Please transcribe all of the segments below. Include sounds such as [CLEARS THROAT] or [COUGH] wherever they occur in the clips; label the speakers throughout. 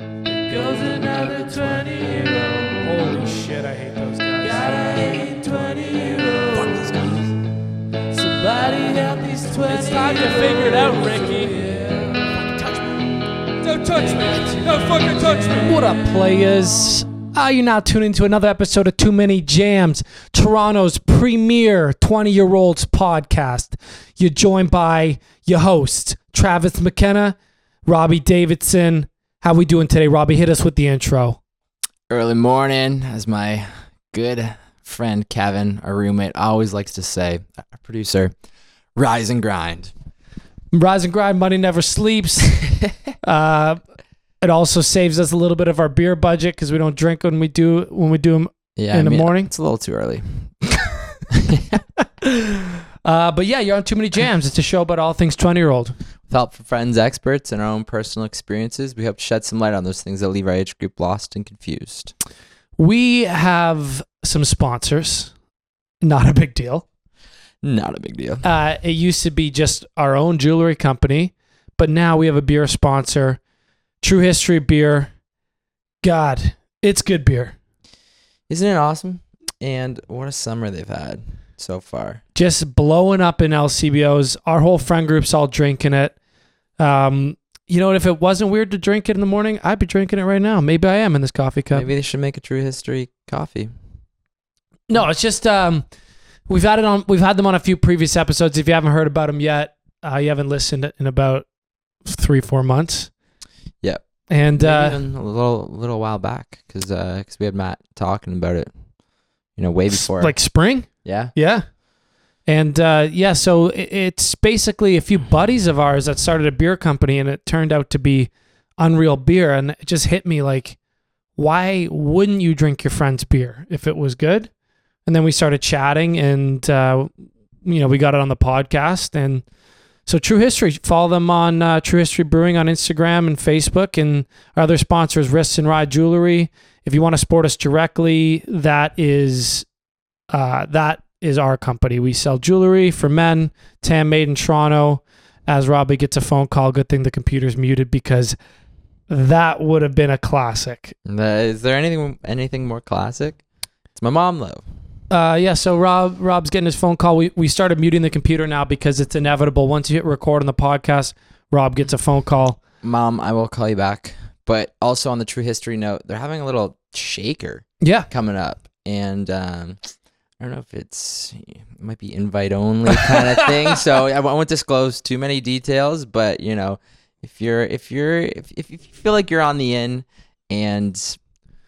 Speaker 1: goes another 20 year
Speaker 2: Holy shit, I hate those
Speaker 1: old.
Speaker 2: guys.
Speaker 1: Gotta hate 20 year
Speaker 3: Fuck
Speaker 1: old.
Speaker 3: these guys.
Speaker 1: Somebody help these 20
Speaker 2: It's time to figure it out, Ricky.
Speaker 1: Yeah.
Speaker 2: Don't touch me. Don't fucking touch me.
Speaker 4: What up, players? Are you now tuning to another episode of Too Many Jams, Toronto's premier 20 year olds podcast? You're joined by your host, Travis McKenna, Robbie Davidson. How we doing today, Robbie? Hit us with the intro.
Speaker 3: Early morning, as my good friend Kevin, our roommate, always likes to say, our producer, rise and grind.
Speaker 4: Rise and grind, money
Speaker 2: [LAUGHS]
Speaker 4: never sleeps. uh, it also saves us a little bit of our beer budget because we don't drink when we do when we do 'em
Speaker 3: Yeah,
Speaker 4: in the morning.
Speaker 3: It's a little too early.
Speaker 4: Uh, but yeah, you're on Too Many Jams. It's a show about all things 20 year old.
Speaker 3: With help from friends, experts, and our own personal experiences, we hope to shed some light on those things that leave our age group lost and confused.
Speaker 4: We have some sponsors. Not a big deal.
Speaker 3: Not a big deal.
Speaker 4: Uh, it used to be just our own jewelry company, but now we have a beer sponsor, True History Beer. God, it's good beer.
Speaker 3: Isn't it awesome? And what a summer they've had so far.
Speaker 4: Just blowing up in LCBOs. Our whole friend group's all drinking it. Um, you know, what? if it wasn't weird to drink it in the morning, I'd be drinking it right now. Maybe I am in this coffee cup.
Speaker 3: Maybe they should make a true history coffee.
Speaker 4: No, it's just um, we've had it on. We've had them on a few previous episodes. If you haven't heard about them yet, uh, you haven't listened in about three, four months.
Speaker 3: Yep.
Speaker 4: And
Speaker 3: Maybe
Speaker 4: uh,
Speaker 3: even a little little while back, because we had Matt talking about it, you know, way
Speaker 4: s-
Speaker 3: before.
Speaker 4: like spring,
Speaker 3: yeah,
Speaker 4: yeah. And uh, yeah, so i- it's basically a few buddies of ours that started a beer company, and it turned out to be Unreal Beer, and it just hit me like, why wouldn't you drink your friend's beer if it was good? And then we started chatting, and uh, you know, we got it on the podcast, and so True History. Follow them on uh, True History Brewing on Instagram and Facebook, and our other sponsors, Wrists and Rye Jewelry. If you want to support us directly, that is uh, that is our company. We sell jewelry for men, Tam made in Toronto. As Robbie gets a phone call, good thing the computer's muted because that would have been a classic.
Speaker 3: The- is there anything anything more classic? It's my mom though.
Speaker 4: Uh, yeah, so Rob Rob's getting his phone call. We, we started muting the computer now because it's inevitable. Once you hit record on the podcast, Rob gets a phone call.
Speaker 3: Mom, I will call you back. But also on the true history note, they're having a little shaker
Speaker 4: Yeah,
Speaker 3: coming up, and um, I don't know if it's it might be invite only kind of thing. So I won't disclose too many details, but you know, if you're if you're if if you feel like you're on the in and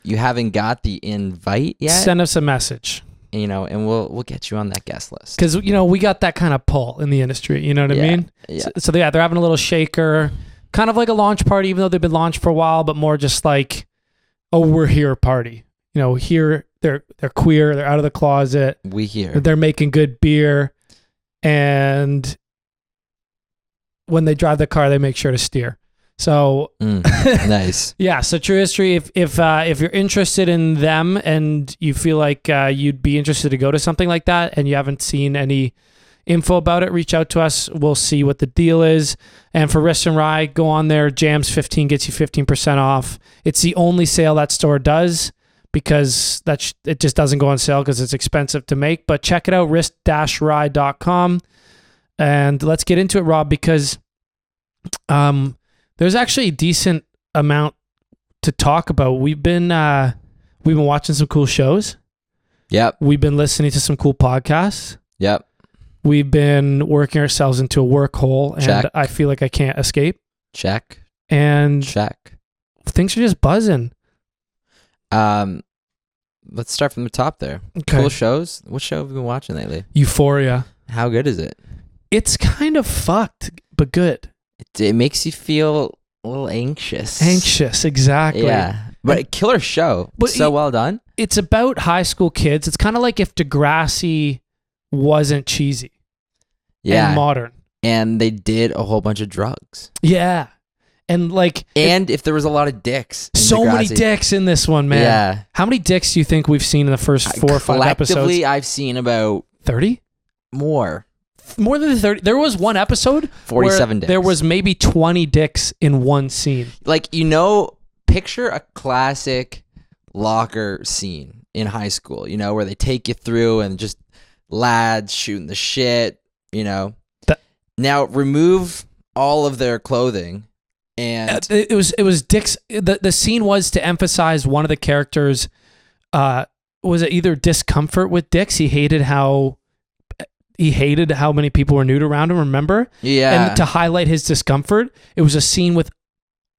Speaker 3: you haven't got the invite yet,
Speaker 4: send us a message
Speaker 3: you know, and we'll we'll get you on that guest list.
Speaker 4: because you know we got that kind of pull in the industry. You know what I
Speaker 3: Yeah,
Speaker 4: mean?
Speaker 3: Yeah,
Speaker 4: So, so yeah, they're having a little shaker, kind of like a launch party, even though they've been launched for a while, but more just like, oh, we're here party. You know, here they're they're queer, they're out of the closet,
Speaker 3: we here.
Speaker 4: they're making good beer, and when they drive the car, they make sure to steer. So [LAUGHS]
Speaker 3: Mm, nice.
Speaker 4: yeah, so True History. If if uh, if you're interested in them and you feel like uh, you'd be interested to go to something like that, and you haven't seen any info about it, reach out to us. We'll see what the deal is. And for Wrist and Rye, go on there. Jams fifteen gets you fifteen percent off. It's the only sale that store does because that sh- it just doesn't go on sale because it's expensive to make. But check it out, wrist-rye.com, and let's get into it, Rob, because um, there's actually a decent amount to talk about. We've been uh, we've been watching some cool shows.
Speaker 3: Yep.
Speaker 4: We've been listening to some cool podcasts.
Speaker 3: Yep.
Speaker 4: We've been working ourselves into a work hole, and
Speaker 3: Check.
Speaker 4: I feel like I can't escape.
Speaker 3: Check.
Speaker 4: And
Speaker 3: Check.
Speaker 4: things are just buzzing.
Speaker 3: Um, let's start from the top there.
Speaker 4: Okay.
Speaker 3: Cool shows. What show have you been watching lately?
Speaker 4: Euphoria.
Speaker 3: How good is it?
Speaker 4: It's kind of fucked, but good.
Speaker 3: It, it makes you feel a little anxious.
Speaker 4: Anxious, exactly.
Speaker 3: Yeah. But a killer show.
Speaker 4: But e
Speaker 3: so
Speaker 4: it-
Speaker 3: well done.
Speaker 4: It's about high school kids. It's kind of like if Degrassi wasn't cheesy and
Speaker 3: Yeah.
Speaker 4: modern.
Speaker 3: and they did a whole bunch of drugs.
Speaker 4: Yeah. And like
Speaker 3: And if there was a lot of dicks. in
Speaker 4: so many
Speaker 3: Degrassi-
Speaker 4: dicks in this one, man.
Speaker 3: Yeah. Uh,
Speaker 4: How many dicks do you think we've seen in the first four or five
Speaker 3: Collectively,
Speaker 4: episodes?
Speaker 3: I've seen about
Speaker 4: 30?
Speaker 3: more.
Speaker 4: More than 30. There was one episode where
Speaker 3: 47 dicks.
Speaker 4: there was maybe 20 dicks in one scene.
Speaker 3: like you know picture a classic locker scene in high school, you know, where they take you through and just lads shooting the shit, you know.
Speaker 4: That-
Speaker 3: now remove all of their clothing and
Speaker 4: Uh, it it was it was Dick's. The the scene was to emphasize one of the characters. Uh, was it either discomfort with Dick's? He hated how he hated how many people were nude around him. Remember,
Speaker 3: yeah.
Speaker 4: and to highlight his discomfort, it was a scene with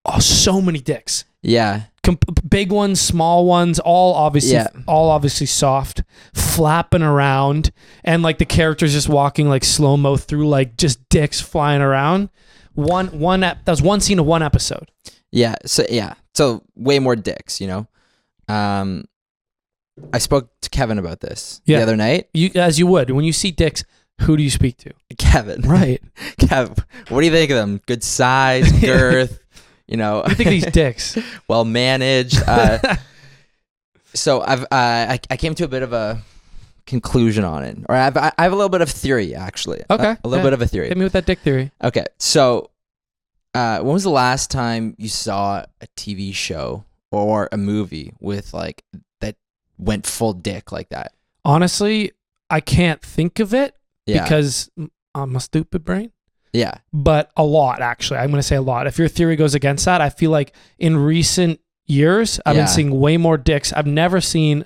Speaker 4: oh, so many dicks.
Speaker 3: yeah.
Speaker 4: Com- big ones, small ones, all obviously,
Speaker 3: Yeah.
Speaker 4: all obviously soft, flapping around, and like the characters just walking like slow mo through like just dicks flying around. One one ep- that was one scene of one episode.
Speaker 3: Yeah. So yeah. So way more dicks, you know. Um, I spoke to Kevin about this
Speaker 4: Yeah.
Speaker 3: the other night.
Speaker 4: You as you would when you see dicks, who do you speak to?
Speaker 3: Kevin,
Speaker 4: Right.
Speaker 3: [LAUGHS] Kev, what do you think of them?
Speaker 4: [LAUGHS]
Speaker 3: Good size, girth, you know,
Speaker 4: I think
Speaker 3: [LAUGHS]
Speaker 4: these dicks.
Speaker 3: well managed. Uh, so I've uh, I, I came to a bit of a conclusion on it, or I've, I I have a little bit of theory actually. A-
Speaker 4: Okay,
Speaker 3: a, little
Speaker 4: yeah.
Speaker 3: bit of a
Speaker 4: [LAUGHS]
Speaker 3: theory.
Speaker 4: Hit me with that dick theory.
Speaker 3: Okay, so uh, when was the last time you saw a TV show or a movie with like that went full dick like that?
Speaker 4: Honestly, I can't think of it
Speaker 3: Yeah,
Speaker 4: because I'm a stupid brain.
Speaker 3: yeah,
Speaker 4: but a lot actually. I'm going to say a lot. If your theory goes against that, I feel like in recent years I've
Speaker 3: Yeah.
Speaker 4: been seeing way more dicks. I've never seen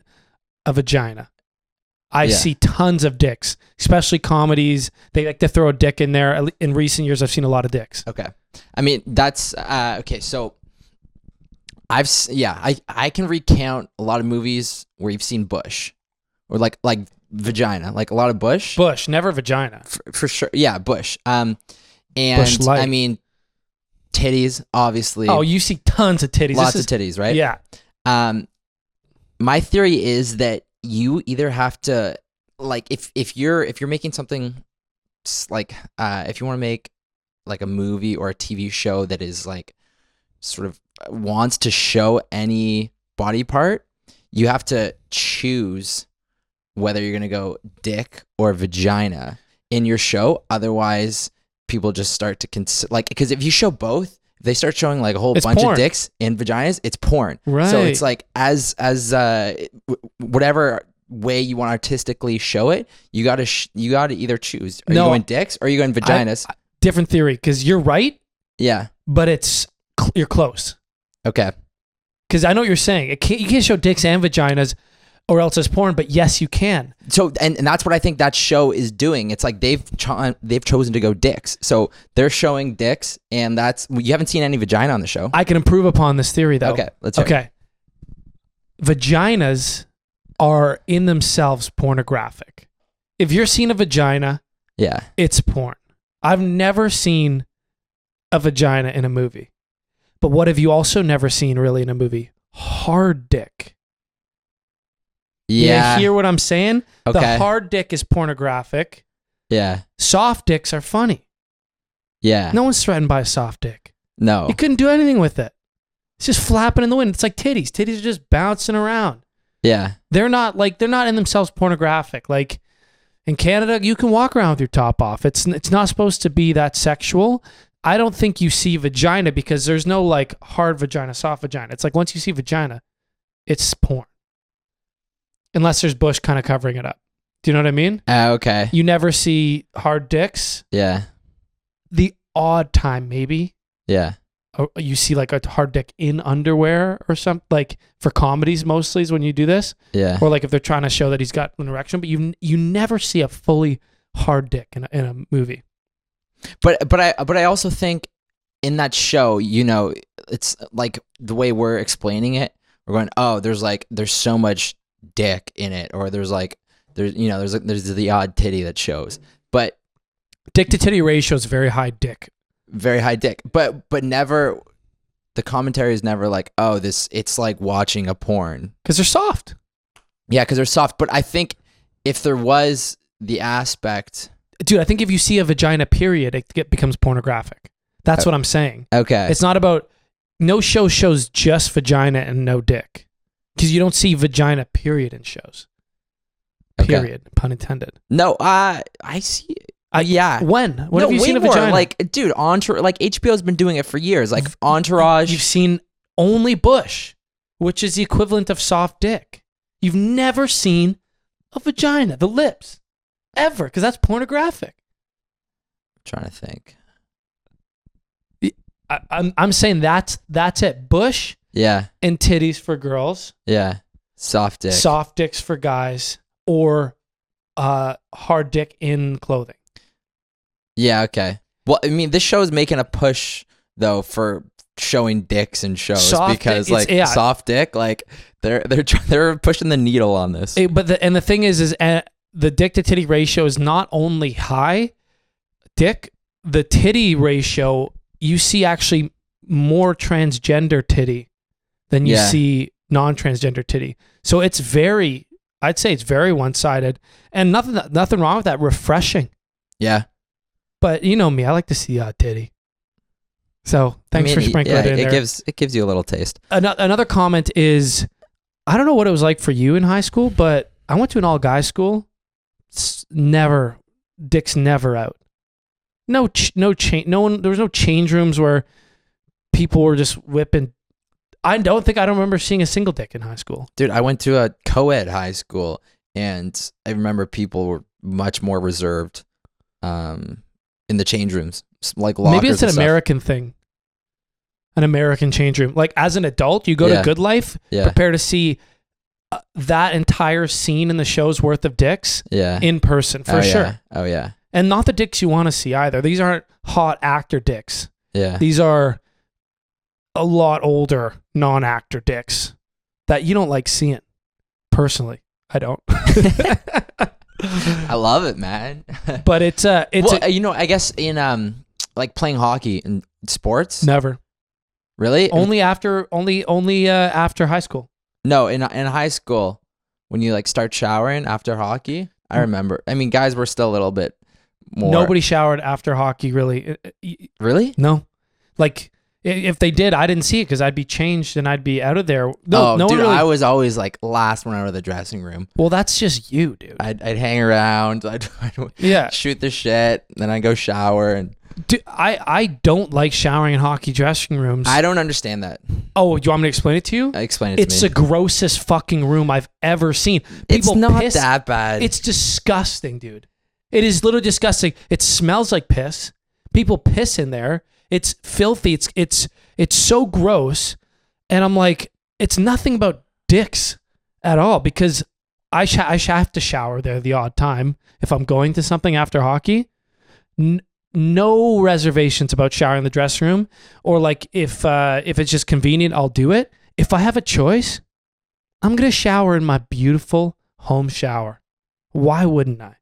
Speaker 4: a vagina. I
Speaker 3: Yeah.
Speaker 4: see tons of dicks, especially comedies. They like to throw a dick in there. At le- In recent years, I've seen a lot of dicks.
Speaker 3: okay. I mean that's uh, okay. So I've s- yeah, I I can recount a lot of movies where you've seen bush or like like vagina, like a lot of bush.
Speaker 4: Bush, never vagina.
Speaker 3: for, for sure. Yeah, Bush. Um, and
Speaker 4: Light.
Speaker 3: I mean, titties, obviously.
Speaker 4: Oh, you see tons of titties.
Speaker 3: lots
Speaker 4: This
Speaker 3: of titties, right?
Speaker 4: Yeah,
Speaker 3: Um, my theory is that you either have to, like, if if you're if you're making something, s- like, uh, if you want to make like a movie or a TV show that is like, sort of uh, wants to show any body part, you have to choose whether you're gonna go dick or vagina in your show. Otherwise, people just start to consider like because if you show both, if they start showing like a whole
Speaker 4: It's
Speaker 3: bunch
Speaker 4: porn.
Speaker 3: of dicks and vaginas. It's porn. So
Speaker 4: Right.
Speaker 3: it's like as as uh, w- whatever way you want to artistically show it, you gotta sh- you gotta either choose. Are
Speaker 4: No.
Speaker 3: you going dicks or are you going vaginas?
Speaker 4: different theory because you're right,
Speaker 3: yeah.
Speaker 4: but it's cl- you're close.
Speaker 3: Okay.
Speaker 4: Because I know what you're saying. It can't, you can't show dicks and vaginas, or else it's porn. But yes, you can.
Speaker 3: So and, and that's what I think that show is doing. It's like they've cho- they've chosen to go dicks. So they're showing dicks, and that's you haven't seen any vagina on the show.
Speaker 4: I can improve upon this theory though.
Speaker 3: Okay, let's hear it.
Speaker 4: Okay. Vaginas are in themselves pornographic. If you're seeing a vagina,
Speaker 3: Yeah.
Speaker 4: it's porn. I've never seen a vagina in a movie. But what have you also never seen really in a movie? Hard dick. You
Speaker 3: Yeah.
Speaker 4: hear what I'm saying?
Speaker 3: Okay.
Speaker 4: The hard dick is pornographic.
Speaker 3: yeah.
Speaker 4: Soft dicks are funny.
Speaker 3: Yeah. Oh.
Speaker 4: No one's threatened by a soft dick.
Speaker 3: No.
Speaker 4: You couldn't do anything with it. It's just flapping in the wind. It's like titties. Titties are just bouncing around.
Speaker 3: Yeah.
Speaker 4: They're not like they're not in themselves pornographic. Like in Canada, you can walk around with your top off. It's it's not supposed to be that sexual. I don't think you see vagina because there's no like hard vagina, soft vagina. It's like once you see vagina, it's porn. Unless there's bush kind of covering it up. Do you know what I mean?
Speaker 3: Uh, okay.
Speaker 4: You never see hard dicks.
Speaker 3: Yeah.
Speaker 4: The odd time maybe
Speaker 3: Yeah.
Speaker 4: or you see like a hard dick in underwear or something like for comedies mostly is when you do this
Speaker 3: Yeah.
Speaker 4: [LAUGHS] or like if they're trying to show that he's got an erection but you you never see a fully hard dick in a, in a movie
Speaker 3: But but I but I also think in that show, you know, it's like the way we're explaining it, we're going, oh, there's like there's so much dick in it, or there's like there's you know there's like, there's the odd titty that shows, but
Speaker 4: dick to titty ratio is very high dick
Speaker 3: very high dick but but never the commentary is never like oh this it's like watching a porn
Speaker 4: because they're soft
Speaker 3: yeah because they're soft but i think if there was the aspect
Speaker 4: dude i think if you see a vagina period it get, becomes pornographic that's
Speaker 3: Uh,
Speaker 4: what i'm saying
Speaker 3: okay
Speaker 4: it's not about no show shows just vagina and no dick because you don't see vagina period in shows
Speaker 3: Okay.
Speaker 4: period pun intended
Speaker 3: no uh, i see
Speaker 4: I-
Speaker 3: yeah
Speaker 4: when when
Speaker 3: no,
Speaker 4: have you
Speaker 3: way
Speaker 4: seen a
Speaker 3: more.
Speaker 4: vagina [LAUGHS]
Speaker 3: like dude entourage like hbo's been doing it for years like entourage
Speaker 4: You've seen only bush, which is the equivalent of soft dick. You've never seen a vagina, the lips, ever, because that's pornographic.
Speaker 3: trying to think.
Speaker 4: I, I'm I'm saying that's that's it. Bush
Speaker 3: Yeah,
Speaker 4: and titties for girls,
Speaker 3: yeah. Soft dick.
Speaker 4: soft dicks for guys, or uh, hard dick in clothing.
Speaker 3: yeah, okay. Well, I mean, this show is making a push though for showing dicks and shows
Speaker 4: Soft dick,
Speaker 3: because
Speaker 4: it's-
Speaker 3: like
Speaker 4: yeah.
Speaker 3: soft dick, like they're they're tr- [LAUGHS] they're pushing the needle on this.
Speaker 4: It- but the, and the thing is, is uh, the dick to titty ratio is not only high, dick the titty ratio. You see actually more transgender titty than you
Speaker 3: Yeah.
Speaker 4: see non-transgender titty. So it's very, I'd say it's very one-sided, and nothing nothing wrong with that. Refreshing.
Speaker 3: yeah.
Speaker 4: But you know me, I like to see uh, titty. So thanks
Speaker 3: I mean,
Speaker 4: for
Speaker 3: y-
Speaker 4: sprinkling
Speaker 3: E, yeah,
Speaker 4: it in
Speaker 3: it
Speaker 4: there.
Speaker 3: gives it gives you a little taste.
Speaker 4: Ano- another comment is, I don't know what it was like for you in high school, but I went to an all guy school. S never, dicks never out. No, ch- no change. No one. There was no change rooms where people were just whipping. I don't think I don't remember seeing a single dick in high school.
Speaker 3: Dude, I went to a co-ed high school and I remember people were much more reserved um in the change rooms, s- like lockers.
Speaker 4: Maybe it's
Speaker 3: and
Speaker 4: an
Speaker 3: stuff.
Speaker 4: American thing. An American change room. Like as an adult, you go
Speaker 3: Yeah.
Speaker 4: to Good Life,
Speaker 3: Yeah.
Speaker 4: prepare to see uh, that entire scene in the show's worth of dicks
Speaker 3: Yeah.
Speaker 4: in person for
Speaker 3: Oh,
Speaker 4: sure.
Speaker 3: yeah. Oh yeah.
Speaker 4: and not the dicks you want to see either. These aren't hot actor dicks.
Speaker 3: Yeah.
Speaker 4: [LAUGHS] These are a lot older non-actor dicks that you don't like seeing. Personally, I don't.
Speaker 3: [LAUGHS]
Speaker 4: [LAUGHS]
Speaker 3: I love it, man. [LAUGHS]
Speaker 4: but it's uh it's
Speaker 3: well,
Speaker 4: a-
Speaker 3: you know, I guess in um like playing hockey and sports,
Speaker 4: never
Speaker 3: really?
Speaker 4: only after only only uh, after high school.
Speaker 3: no, in in high school when you like start showering after hockey, I remember. I mean, guys were still a little bit more
Speaker 4: Hmm. Nobody showered after hockey really. Uh, uh, y-
Speaker 3: Really?
Speaker 4: No, like i- if they did, I didn't see it because I'd be changed and I'd be out of there. No,
Speaker 3: oh,
Speaker 4: no
Speaker 3: dude,
Speaker 4: one really.
Speaker 3: I was always like last one out of the dressing room.
Speaker 4: well, that's just you, dude.
Speaker 3: I'd, I'd hang around, [LAUGHS] I'd, I'd
Speaker 4: yeah,
Speaker 3: shoot the shit, then I go shower, and
Speaker 4: Dude, I, I don't like showering in hockey dressing rooms.
Speaker 3: I don't understand that.
Speaker 4: oh, do you want me to explain it to you?
Speaker 3: Explain it to
Speaker 4: It's
Speaker 3: Uh, me.
Speaker 4: the grossest fucking room I've ever seen.
Speaker 3: it's
Speaker 4: People
Speaker 3: not
Speaker 4: piss.
Speaker 3: that bad.
Speaker 4: It's disgusting, dude. It is literally disgusting. It smells like piss. People piss in there. It's filthy. It's it's it's so gross. And I'm like, it's nothing about dicks at all because I sh- I sh- have to shower there the odd time if I'm going to something after hockey. N- no reservations about showering in the dressing room or like if uh, if it's just convenient, I'll do it. If I have a choice, I'm gonna shower in my beautiful home shower. Why wouldn't I?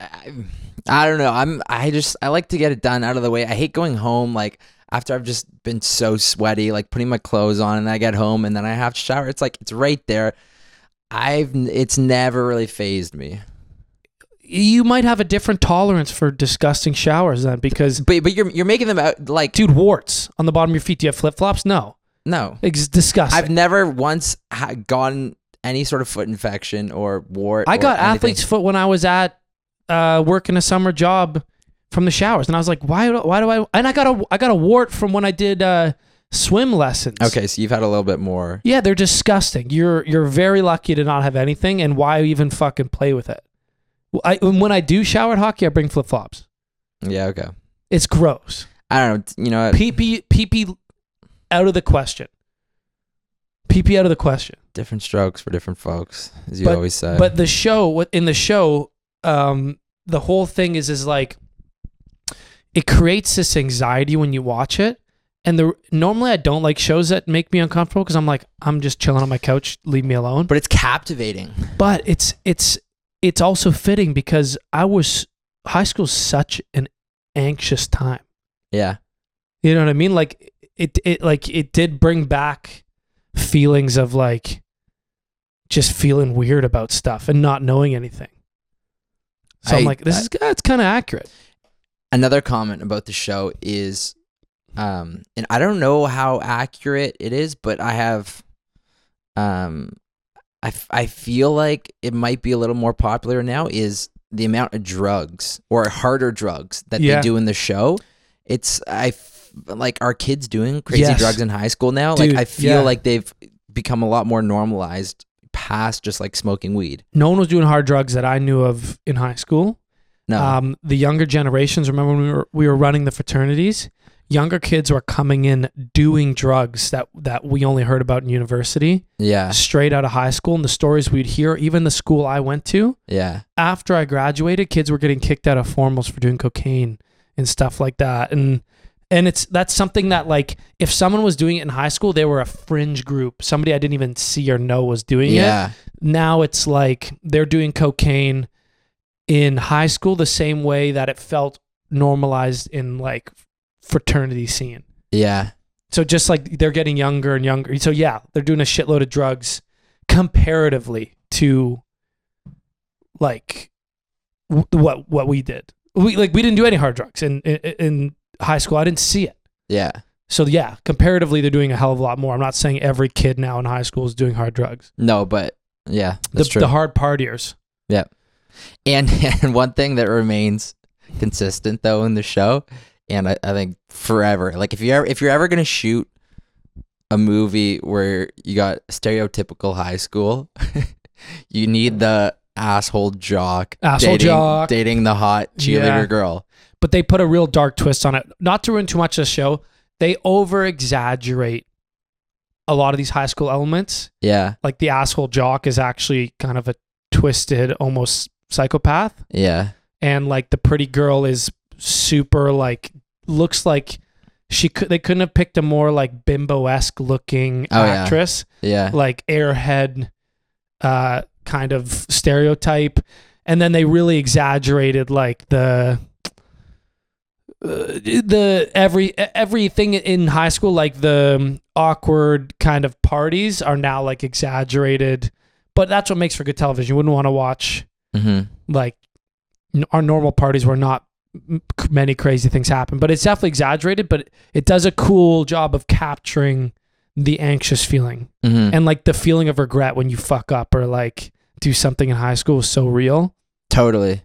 Speaker 3: I, I don't know. I'm I just I like to get it done out of the way. I hate going home like after I've just been so sweaty, like putting my clothes on and I get home and then I have to shower. It's like it's right there. I've n- it's never really phased me.
Speaker 4: You might have a different tolerance for disgusting showers then, because
Speaker 3: But but you're you're making them out like
Speaker 4: dude, warts on the bottom of your feet. Do you have flip flops? No,
Speaker 3: no.
Speaker 4: it's disgusting.
Speaker 3: I've never once ha- gotten any sort of foot infection or wart.
Speaker 4: I
Speaker 3: or
Speaker 4: got
Speaker 3: anything.
Speaker 4: athlete's foot when I was at uh, working a summer job from the showers, and I was like, why? do- Why do I? And I got a I got a wart from when I did uh, swim lessons.
Speaker 3: Okay, so you've had a little bit more.
Speaker 4: Yeah, they're disgusting. You're you're very lucky to not have anything, and why even fucking play with it? Well, I, when I do shower at hockey, I bring flip flops.
Speaker 3: Yeah, okay.
Speaker 4: It's gross.
Speaker 3: I don't know. You know, what?
Speaker 4: Pee pee pee pee out of the question. Pee pee out of the question.
Speaker 3: different strokes for different folks, as you
Speaker 4: But-
Speaker 3: always say.
Speaker 4: but the show what in the show um the whole thing is is like it creates this anxiety when you watch it and the normally i don't like shows that make me uncomfortable because i'm like i'm just chilling on my couch leave me alone
Speaker 3: but it's captivating.
Speaker 4: but it's it's it's also fitting because i was high school's such an anxious time
Speaker 3: Yeah.
Speaker 4: you know what i mean like it it like it did bring back feelings of like just feeling weird about stuff and not knowing anything so I,
Speaker 3: I-
Speaker 4: am like this
Speaker 3: I-
Speaker 4: is that's kind of accurate
Speaker 3: another comment about the show is um and I don't know how accurate it is, but I have um I, f- I feel like it might be a little more popular now is the amount of drugs or harder drugs that
Speaker 4: Yeah.
Speaker 3: they do in the show. It's I f- like are kids doing crazy
Speaker 4: Yes.
Speaker 3: drugs in high school now?
Speaker 4: Dude,
Speaker 3: like I feel
Speaker 4: yeah.
Speaker 3: like they've become a lot more normalized past just like smoking weed.
Speaker 4: No one was doing hard drugs that I knew of in high school.
Speaker 3: No.
Speaker 4: Um, the younger generations, remember when we were, we were running the fraternities? Younger kids were coming in doing drugs that, that we only heard about in university,
Speaker 3: yeah.
Speaker 4: straight out of high school. And the stories we'd hear, even the school I went to,
Speaker 3: Yeah.
Speaker 4: after I graduated, kids were getting kicked out of formals for doing cocaine and stuff like that. And and it's that's something that like if someone was doing it in high school, they were a fringe group. Somebody I didn't even see or know was doing it.
Speaker 3: Yeah.
Speaker 4: Now it's like they're doing cocaine in high school the same way that it felt normalized in like fraternity scene.
Speaker 3: Yeah.
Speaker 4: So just like they're getting younger and younger. So yeah, they're doing a shitload of drugs comparatively to like w- what what we did. We like we didn't do any hard drugs in in, in high school. I didn't see it.
Speaker 3: Yeah.
Speaker 4: So yeah, comparatively they're doing a hell of a lot more. I'm not saying every kid now in high school is doing hard drugs.
Speaker 3: No, but yeah,
Speaker 4: The,
Speaker 3: that's true.
Speaker 4: the hard partiers.
Speaker 3: [LAUGHS] and and one thing that remains consistent though in the show, and I, I think forever, like if you ever if you're ever gonna shoot a movie where you got stereotypical high school, [LAUGHS] you need the asshole jock
Speaker 4: Asshole
Speaker 3: dating,
Speaker 4: jock.
Speaker 3: dating the hot cheerleader
Speaker 4: Yeah.
Speaker 3: girl.
Speaker 4: But they put a real dark twist on it. Not to ruin too much of the show, they over exaggerate a lot of these high school elements.
Speaker 3: Yeah,
Speaker 4: like the asshole jock is actually kind of a twisted almost psychopath
Speaker 3: yeah,
Speaker 4: and like the pretty girl is super like looks like she could they couldn't have picked a more like bimbo-esque looking
Speaker 3: Oh, yeah.
Speaker 4: actress
Speaker 3: yeah,
Speaker 4: like airhead uh kind of stereotype and then they really exaggerated like the uh, the every e, everything in high school like the um, awkward kind of parties are now like exaggerated but that's what makes for good television you wouldn't want to watch
Speaker 3: hmm
Speaker 4: like n- our normal parties were not m- c- many crazy things happen but it's definitely exaggerated but it does a cool job of capturing the anxious feeling
Speaker 3: hmm
Speaker 4: and like the feeling of regret when you fuck up or like do something in high school is so real.
Speaker 3: totally.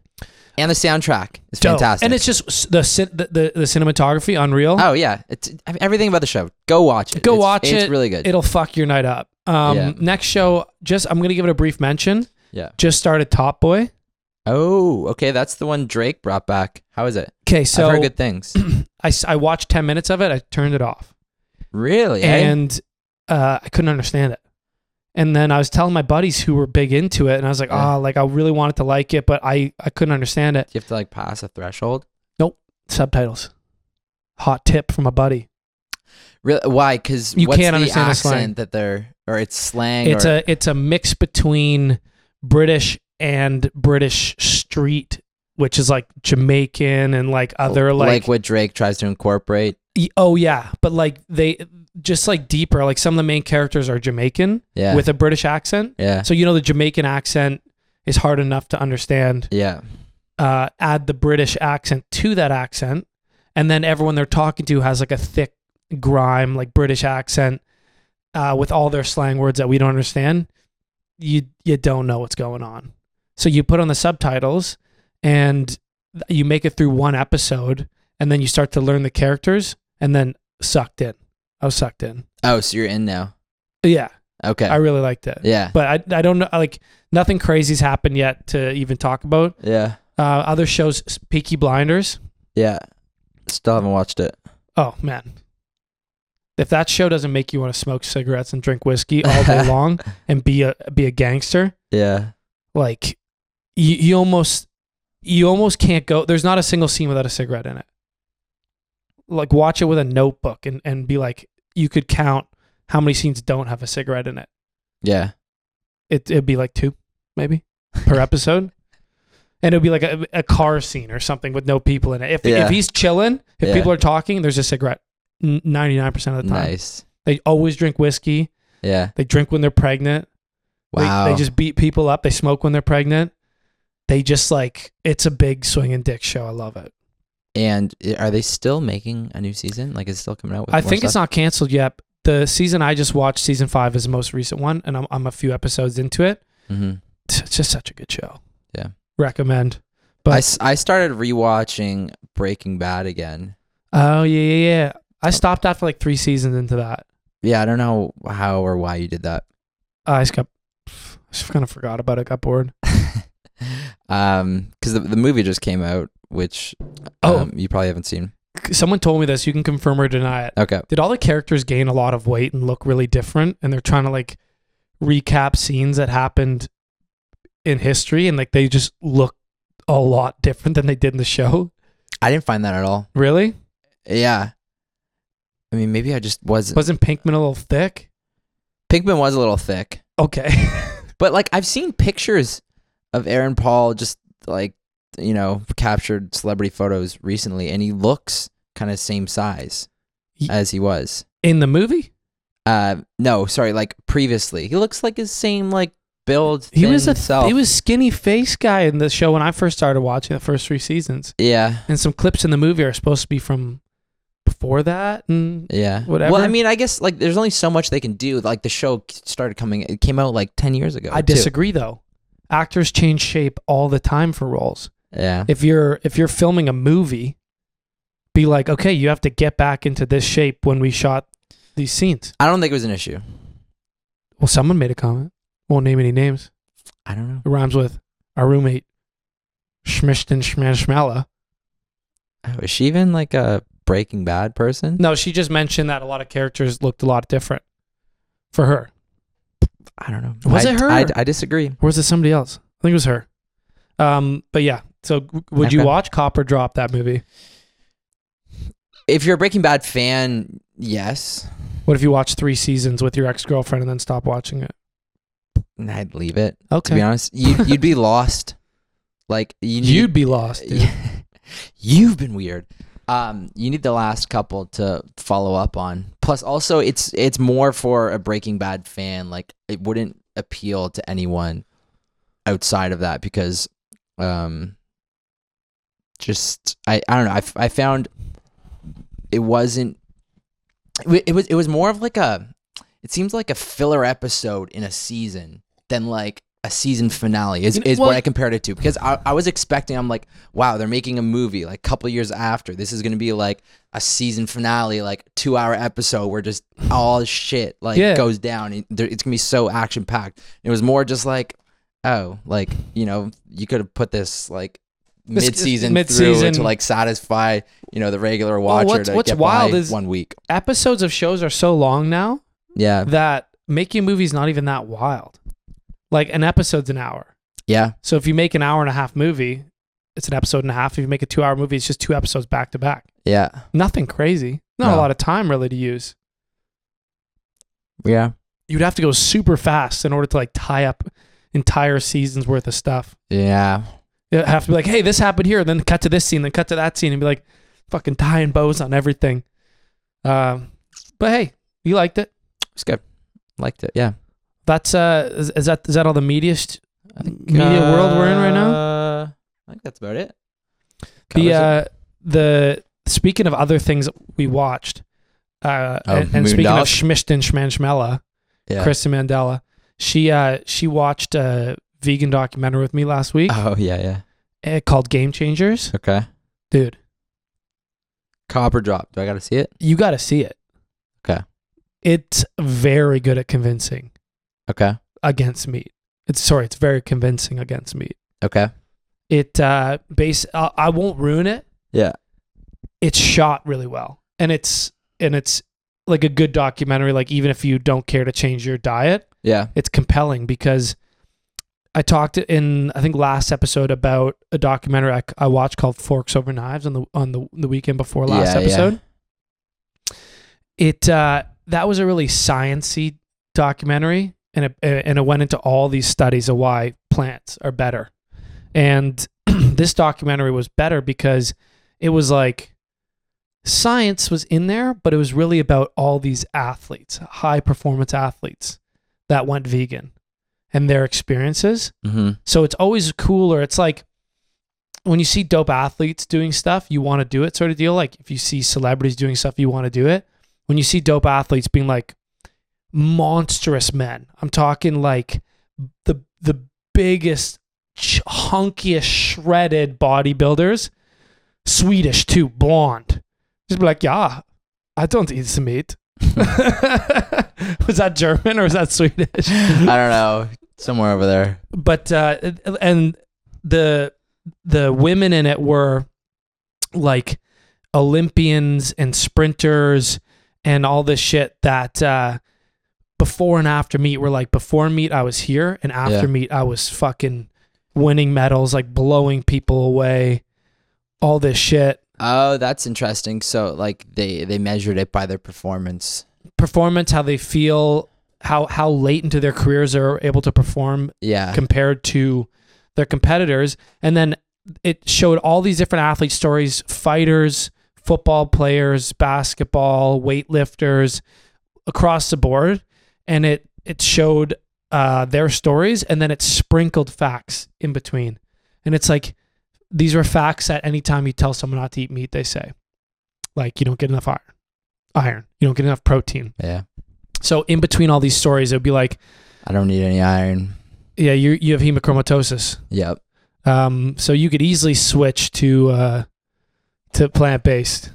Speaker 3: And the soundtrack is
Speaker 4: Dope.
Speaker 3: fantastic.
Speaker 4: And it's just s- the cin- the the, the cinematography unreal.
Speaker 3: oh yeah, it's I mean, everything about the show. Go watch it.
Speaker 4: Go
Speaker 3: It's-
Speaker 4: watch it.
Speaker 3: It's really good.
Speaker 4: It'll fuck your night up. Um,
Speaker 3: Yeah.
Speaker 4: Next show, just I'm gonna give it a brief mention.
Speaker 3: yeah.
Speaker 4: Just started Top Boy.
Speaker 3: Oh, okay. That's the one Drake brought back. How is it?
Speaker 4: Okay,
Speaker 3: I've
Speaker 4: so
Speaker 3: heard
Speaker 4: [CLEARS THROAT]
Speaker 3: good things.
Speaker 4: I, s- I watched ten minutes of it. I turned it off,
Speaker 3: really? eh?
Speaker 4: and uh, I couldn't understand it. And then I was telling my buddies who were big into it, and I was like,
Speaker 3: Yeah.
Speaker 4: oh, like I really wanted to like it, but I I couldn't understand it.
Speaker 3: Do you have to like pass a threshold?
Speaker 4: Subtitles. Hot tip from a buddy.
Speaker 3: Really? Why? Because
Speaker 4: You
Speaker 3: what's
Speaker 4: can't
Speaker 3: the
Speaker 4: understand the
Speaker 3: accent
Speaker 4: slang.
Speaker 3: that they're or it's slang.
Speaker 4: It's
Speaker 3: or,
Speaker 4: a it's a mix between British and British street, which is like Jamaican and like other uh, like,
Speaker 3: Oh, what Drake tries to incorporate.
Speaker 4: Y- oh yeah, but like they just like deeper. Like some of the main characters are Jamaican
Speaker 3: Yeah.
Speaker 4: with a British accent,
Speaker 3: yeah.
Speaker 4: so you know the Jamaican accent is hard enough to understand.
Speaker 3: Yeah.
Speaker 4: Uh, add the British accent to that accent, and then everyone they're talking to has like a thick grime like British accent uh, with all their slang words that we don't understand, you you don't know what's going on. So you put on the subtitles and th- you make it through one episode and then you start to learn the characters and then sucked in. I was sucked in.
Speaker 3: Oh, so you're in now.
Speaker 4: Yeah,
Speaker 3: Okay.
Speaker 4: I really liked it.
Speaker 3: yeah.
Speaker 4: But I I don't know like nothing crazy's happened yet to even talk about.
Speaker 3: Yeah.
Speaker 4: Uh, other shows, s- Peaky Blinders.
Speaker 3: Yeah. Still haven't watched it.
Speaker 4: Oh man. If that show doesn't make you want to smoke cigarettes and drink whiskey all
Speaker 3: [LAUGHS]
Speaker 4: day long and be a be a gangster,
Speaker 3: Yeah.
Speaker 4: like you, you almost you almost can't go there's not a single scene without a cigarette in it. Like watch it with a notebook and, and be like you could count how many scenes don't have a cigarette in it.
Speaker 3: Yeah.
Speaker 4: It it'd be like two, maybe,
Speaker 3: [LAUGHS]
Speaker 4: per episode. And it'd be like a, a car scene or something with no people in it. If,
Speaker 3: Yeah.
Speaker 4: if he's chilling, if
Speaker 3: Yeah.
Speaker 4: people are talking, there's a cigarette n- 99% of the time.
Speaker 3: Nice.
Speaker 4: They always drink whiskey.
Speaker 3: Yeah.
Speaker 4: They drink when they're pregnant. They-
Speaker 3: Wow.
Speaker 4: They, just beat people up. They smoke when they're pregnant. They just like it's a big swing and dick show. I love it.
Speaker 3: and i- are they still making a new season? Like, is it still coming out? With
Speaker 4: I
Speaker 3: more
Speaker 4: think it's
Speaker 3: stuff?
Speaker 4: not canceled yet. The season I just watched, season five, is the most recent one, and I'm, I'm a few episodes into it.
Speaker 3: Mhm.
Speaker 4: It's it's just such a good show.
Speaker 3: Yeah.
Speaker 4: recommend.
Speaker 3: I
Speaker 4: But
Speaker 3: s- I started rewatching Breaking Bad again.
Speaker 4: oh yeah yeah yeah. I stopped after like three seasons into that.
Speaker 3: Yeah, I don't know how or why you did that. [LAUGHS]
Speaker 4: I just got, [SIGHS] I just kind of forgot about it. Got bored.
Speaker 3: Um, because the, the movie just came out, which
Speaker 4: Oh.
Speaker 3: um, you probably haven't seen.
Speaker 4: Someone told me this. You can confirm or deny it.
Speaker 3: Okay.
Speaker 4: Did all the characters gain a lot of weight and look really different? And they're trying to like recap scenes that happened in history, and like they just look a lot different than they did in the show.
Speaker 3: I didn't find that at all.
Speaker 4: Really?
Speaker 3: Yeah. I mean, maybe I just wasn't.
Speaker 4: Wasn't Pinkman a little thick?
Speaker 3: Pinkman was a little thick,
Speaker 4: Okay. [LAUGHS]
Speaker 3: but like I've seen pictures of Aaron Paul just like you know captured celebrity photos recently, and he looks kind of same size
Speaker 4: Ye-
Speaker 3: as he was.
Speaker 4: in the movie,
Speaker 3: Uh, no, sorry, like previously, he looks like his same like build.
Speaker 4: he was
Speaker 3: thin
Speaker 4: a
Speaker 3: self.
Speaker 4: he was skinny face guy in the show when I first started watching the first three seasons.
Speaker 3: yeah.
Speaker 4: And some clips in the movie are supposed to be from before that, and
Speaker 3: Yeah.
Speaker 4: Whatever.
Speaker 3: Well, I mean, I guess like there's only so much they can do. Like the show started coming, it came out like ten years ago.
Speaker 4: I
Speaker 3: too.
Speaker 4: disagree though. Actors change shape all the time for roles.
Speaker 3: Yeah.
Speaker 4: If you're if you're filming a movie, be like, okay, you have to get back into this shape when we shot these scenes.
Speaker 3: I don't think it was an issue.
Speaker 4: Well, someone made a comment. Won't name any names.
Speaker 3: I don't know.
Speaker 4: It rhymes with our roommate, Schmishton Schmanschmala.
Speaker 3: Oh, is she even like a Breaking Bad person?
Speaker 4: No, she just mentioned that a lot of characters looked a lot different for her.
Speaker 3: I don't know.
Speaker 4: Was
Speaker 3: I,
Speaker 4: it her?
Speaker 3: I, I disagree.
Speaker 4: Or was it somebody else? I think it was her. Um, but yeah. So w- would you
Speaker 3: Okay.
Speaker 4: watch Copper Drop that movie?
Speaker 3: If you're a Breaking Bad fan, yes,
Speaker 4: What if you watched three seasons with your ex girlfriend and then stop watching it?
Speaker 3: And I'd leave it. To
Speaker 4: Okay.
Speaker 3: be honest, you
Speaker 4: [LAUGHS]
Speaker 3: you'd be lost. Like you need,
Speaker 4: You'd be
Speaker 3: [LAUGHS]
Speaker 4: lost. Dude.
Speaker 3: You've been weird. Um, you need the last couple to follow up on. Plus, also, it's it's more for a Breaking Bad fan. Like, it wouldn't appeal to anyone outside of that because, um, just I I don't know. I, f- I found it wasn't. It, wa- it was it was more of like a. It seems like a filler episode in a season than like a season finale is,
Speaker 4: You know-
Speaker 3: is
Speaker 4: well,
Speaker 3: what I compared it to because I, I was expecting I'm like wow they're making a movie like a couple years after this is gonna be like a season finale like two hour episode where just all shit like
Speaker 4: Yeah.
Speaker 3: goes down and there, it's gonna be so action packed it was more just like oh like you know you could have put this like
Speaker 4: This-
Speaker 3: mid season through
Speaker 4: mid-season-
Speaker 3: to like satisfy you know the regular watcher
Speaker 4: what's-
Speaker 3: to
Speaker 4: what's
Speaker 3: get
Speaker 4: wild
Speaker 3: by
Speaker 4: is-
Speaker 3: one week
Speaker 4: Episodes of shows are so long now
Speaker 3: yeah
Speaker 4: that making a movie's not even that wild. Like an episode's an hour.
Speaker 3: yeah
Speaker 4: So if you make an hour and a half movie, it's an episode and a half. If you make a two hour movie, it's just two episodes back to back.
Speaker 3: yeah
Speaker 4: Nothing crazy. Not a
Speaker 3: No.
Speaker 4: lot of time really to use.
Speaker 3: yeah
Speaker 4: you'd have to go super fast in order to like tie up entire seasons worth of stuff.
Speaker 3: yeah
Speaker 4: It'd have to be like, hey, this happened here, then cut to this scene, then cut to that scene, and be like, fucking tying bows on everything. Um, but hey, you liked it.
Speaker 3: it's good liked it yeah
Speaker 4: That's uh, is, is that is that all the media? St- media world we're in right now.
Speaker 3: Uh, I think that's about it. Covers
Speaker 4: The
Speaker 3: it.
Speaker 4: uh, the speaking of other things we watched, uh,
Speaker 3: Oh,
Speaker 4: and, and speaking of
Speaker 3: Moondog?
Speaker 4: Schmishton Schmanschmella,
Speaker 3: yeah.
Speaker 4: Kristen Mandela, she uh, she watched a vegan documentary with me last week
Speaker 3: Oh yeah, yeah.
Speaker 4: uh, called Game Changers.
Speaker 3: Okay.
Speaker 4: Dude,
Speaker 3: Copper drop. Do I gotta see it?
Speaker 4: you got to see it.
Speaker 3: Okay.
Speaker 4: It's very good at convincing
Speaker 3: Okay.
Speaker 4: against meat. It's sorry, it's very convincing against meat.
Speaker 3: Okay.
Speaker 4: It uh base I I won't ruin it.
Speaker 3: Yeah.
Speaker 4: It's shot really well. And it's and it's like a good documentary like even if you don't care to change your diet,
Speaker 3: Yeah.
Speaker 4: it's compelling because I talked in I think last episode about a documentary I, I watched called Forks Over Knives on the on the, the weekend before last
Speaker 3: Yeah, yeah.
Speaker 4: episode. It uh, that was a really sciency documentary, and it and it went into all these studies of why plants are better. And [CLEARS THROAT] this documentary was better because it was like science was in there, but it was really about all these athletes, high performance athletes that went vegan and their experiences. [LAUGHS]
Speaker 3: Mm-hmm.
Speaker 4: So it's always cooler. It's like when you see dope athletes doing stuff, you want to do it, sort of deal. Like if you see celebrities doing stuff, you want to do it. When you see dope athletes being like monstrous men, I'm talking like the the biggest, ch- hunkiest, shredded bodybuilders, Swedish too, blonde. Just be like, yeah, I don't eat some meat. [LAUGHS] was that German or was that Swedish?
Speaker 3: [LAUGHS] I don't know. Somewhere over there.
Speaker 4: but uh, and the the women in it were like Olympians and sprinters and all this shit that uh, before and after meet were like before meet I was here and after
Speaker 3: Yeah.
Speaker 4: meet I was fucking winning medals like blowing people away all this shit
Speaker 3: Oh, that's interesting. So like they they measured it by their performance.
Speaker 4: performance how they feel how how late into their careers they're able to perform
Speaker 3: Yeah.
Speaker 4: compared to their competitors. And then it showed all these different athlete stories fighters, football players, basketball, weightlifters across the board. And it, it showed uh, their stories and then it sprinkled facts in between. And it's like, these were facts that anytime you tell someone not to eat meat, they say, like, you don't get enough iron, iron, you don't get enough protein.
Speaker 3: yeah.
Speaker 4: So, in between all these stories, it would be like,
Speaker 3: I don't need any iron.
Speaker 4: yeah, you, you have hemochromatosis.
Speaker 3: Yep.
Speaker 4: Um, so you could easily switch to uh, to plant based.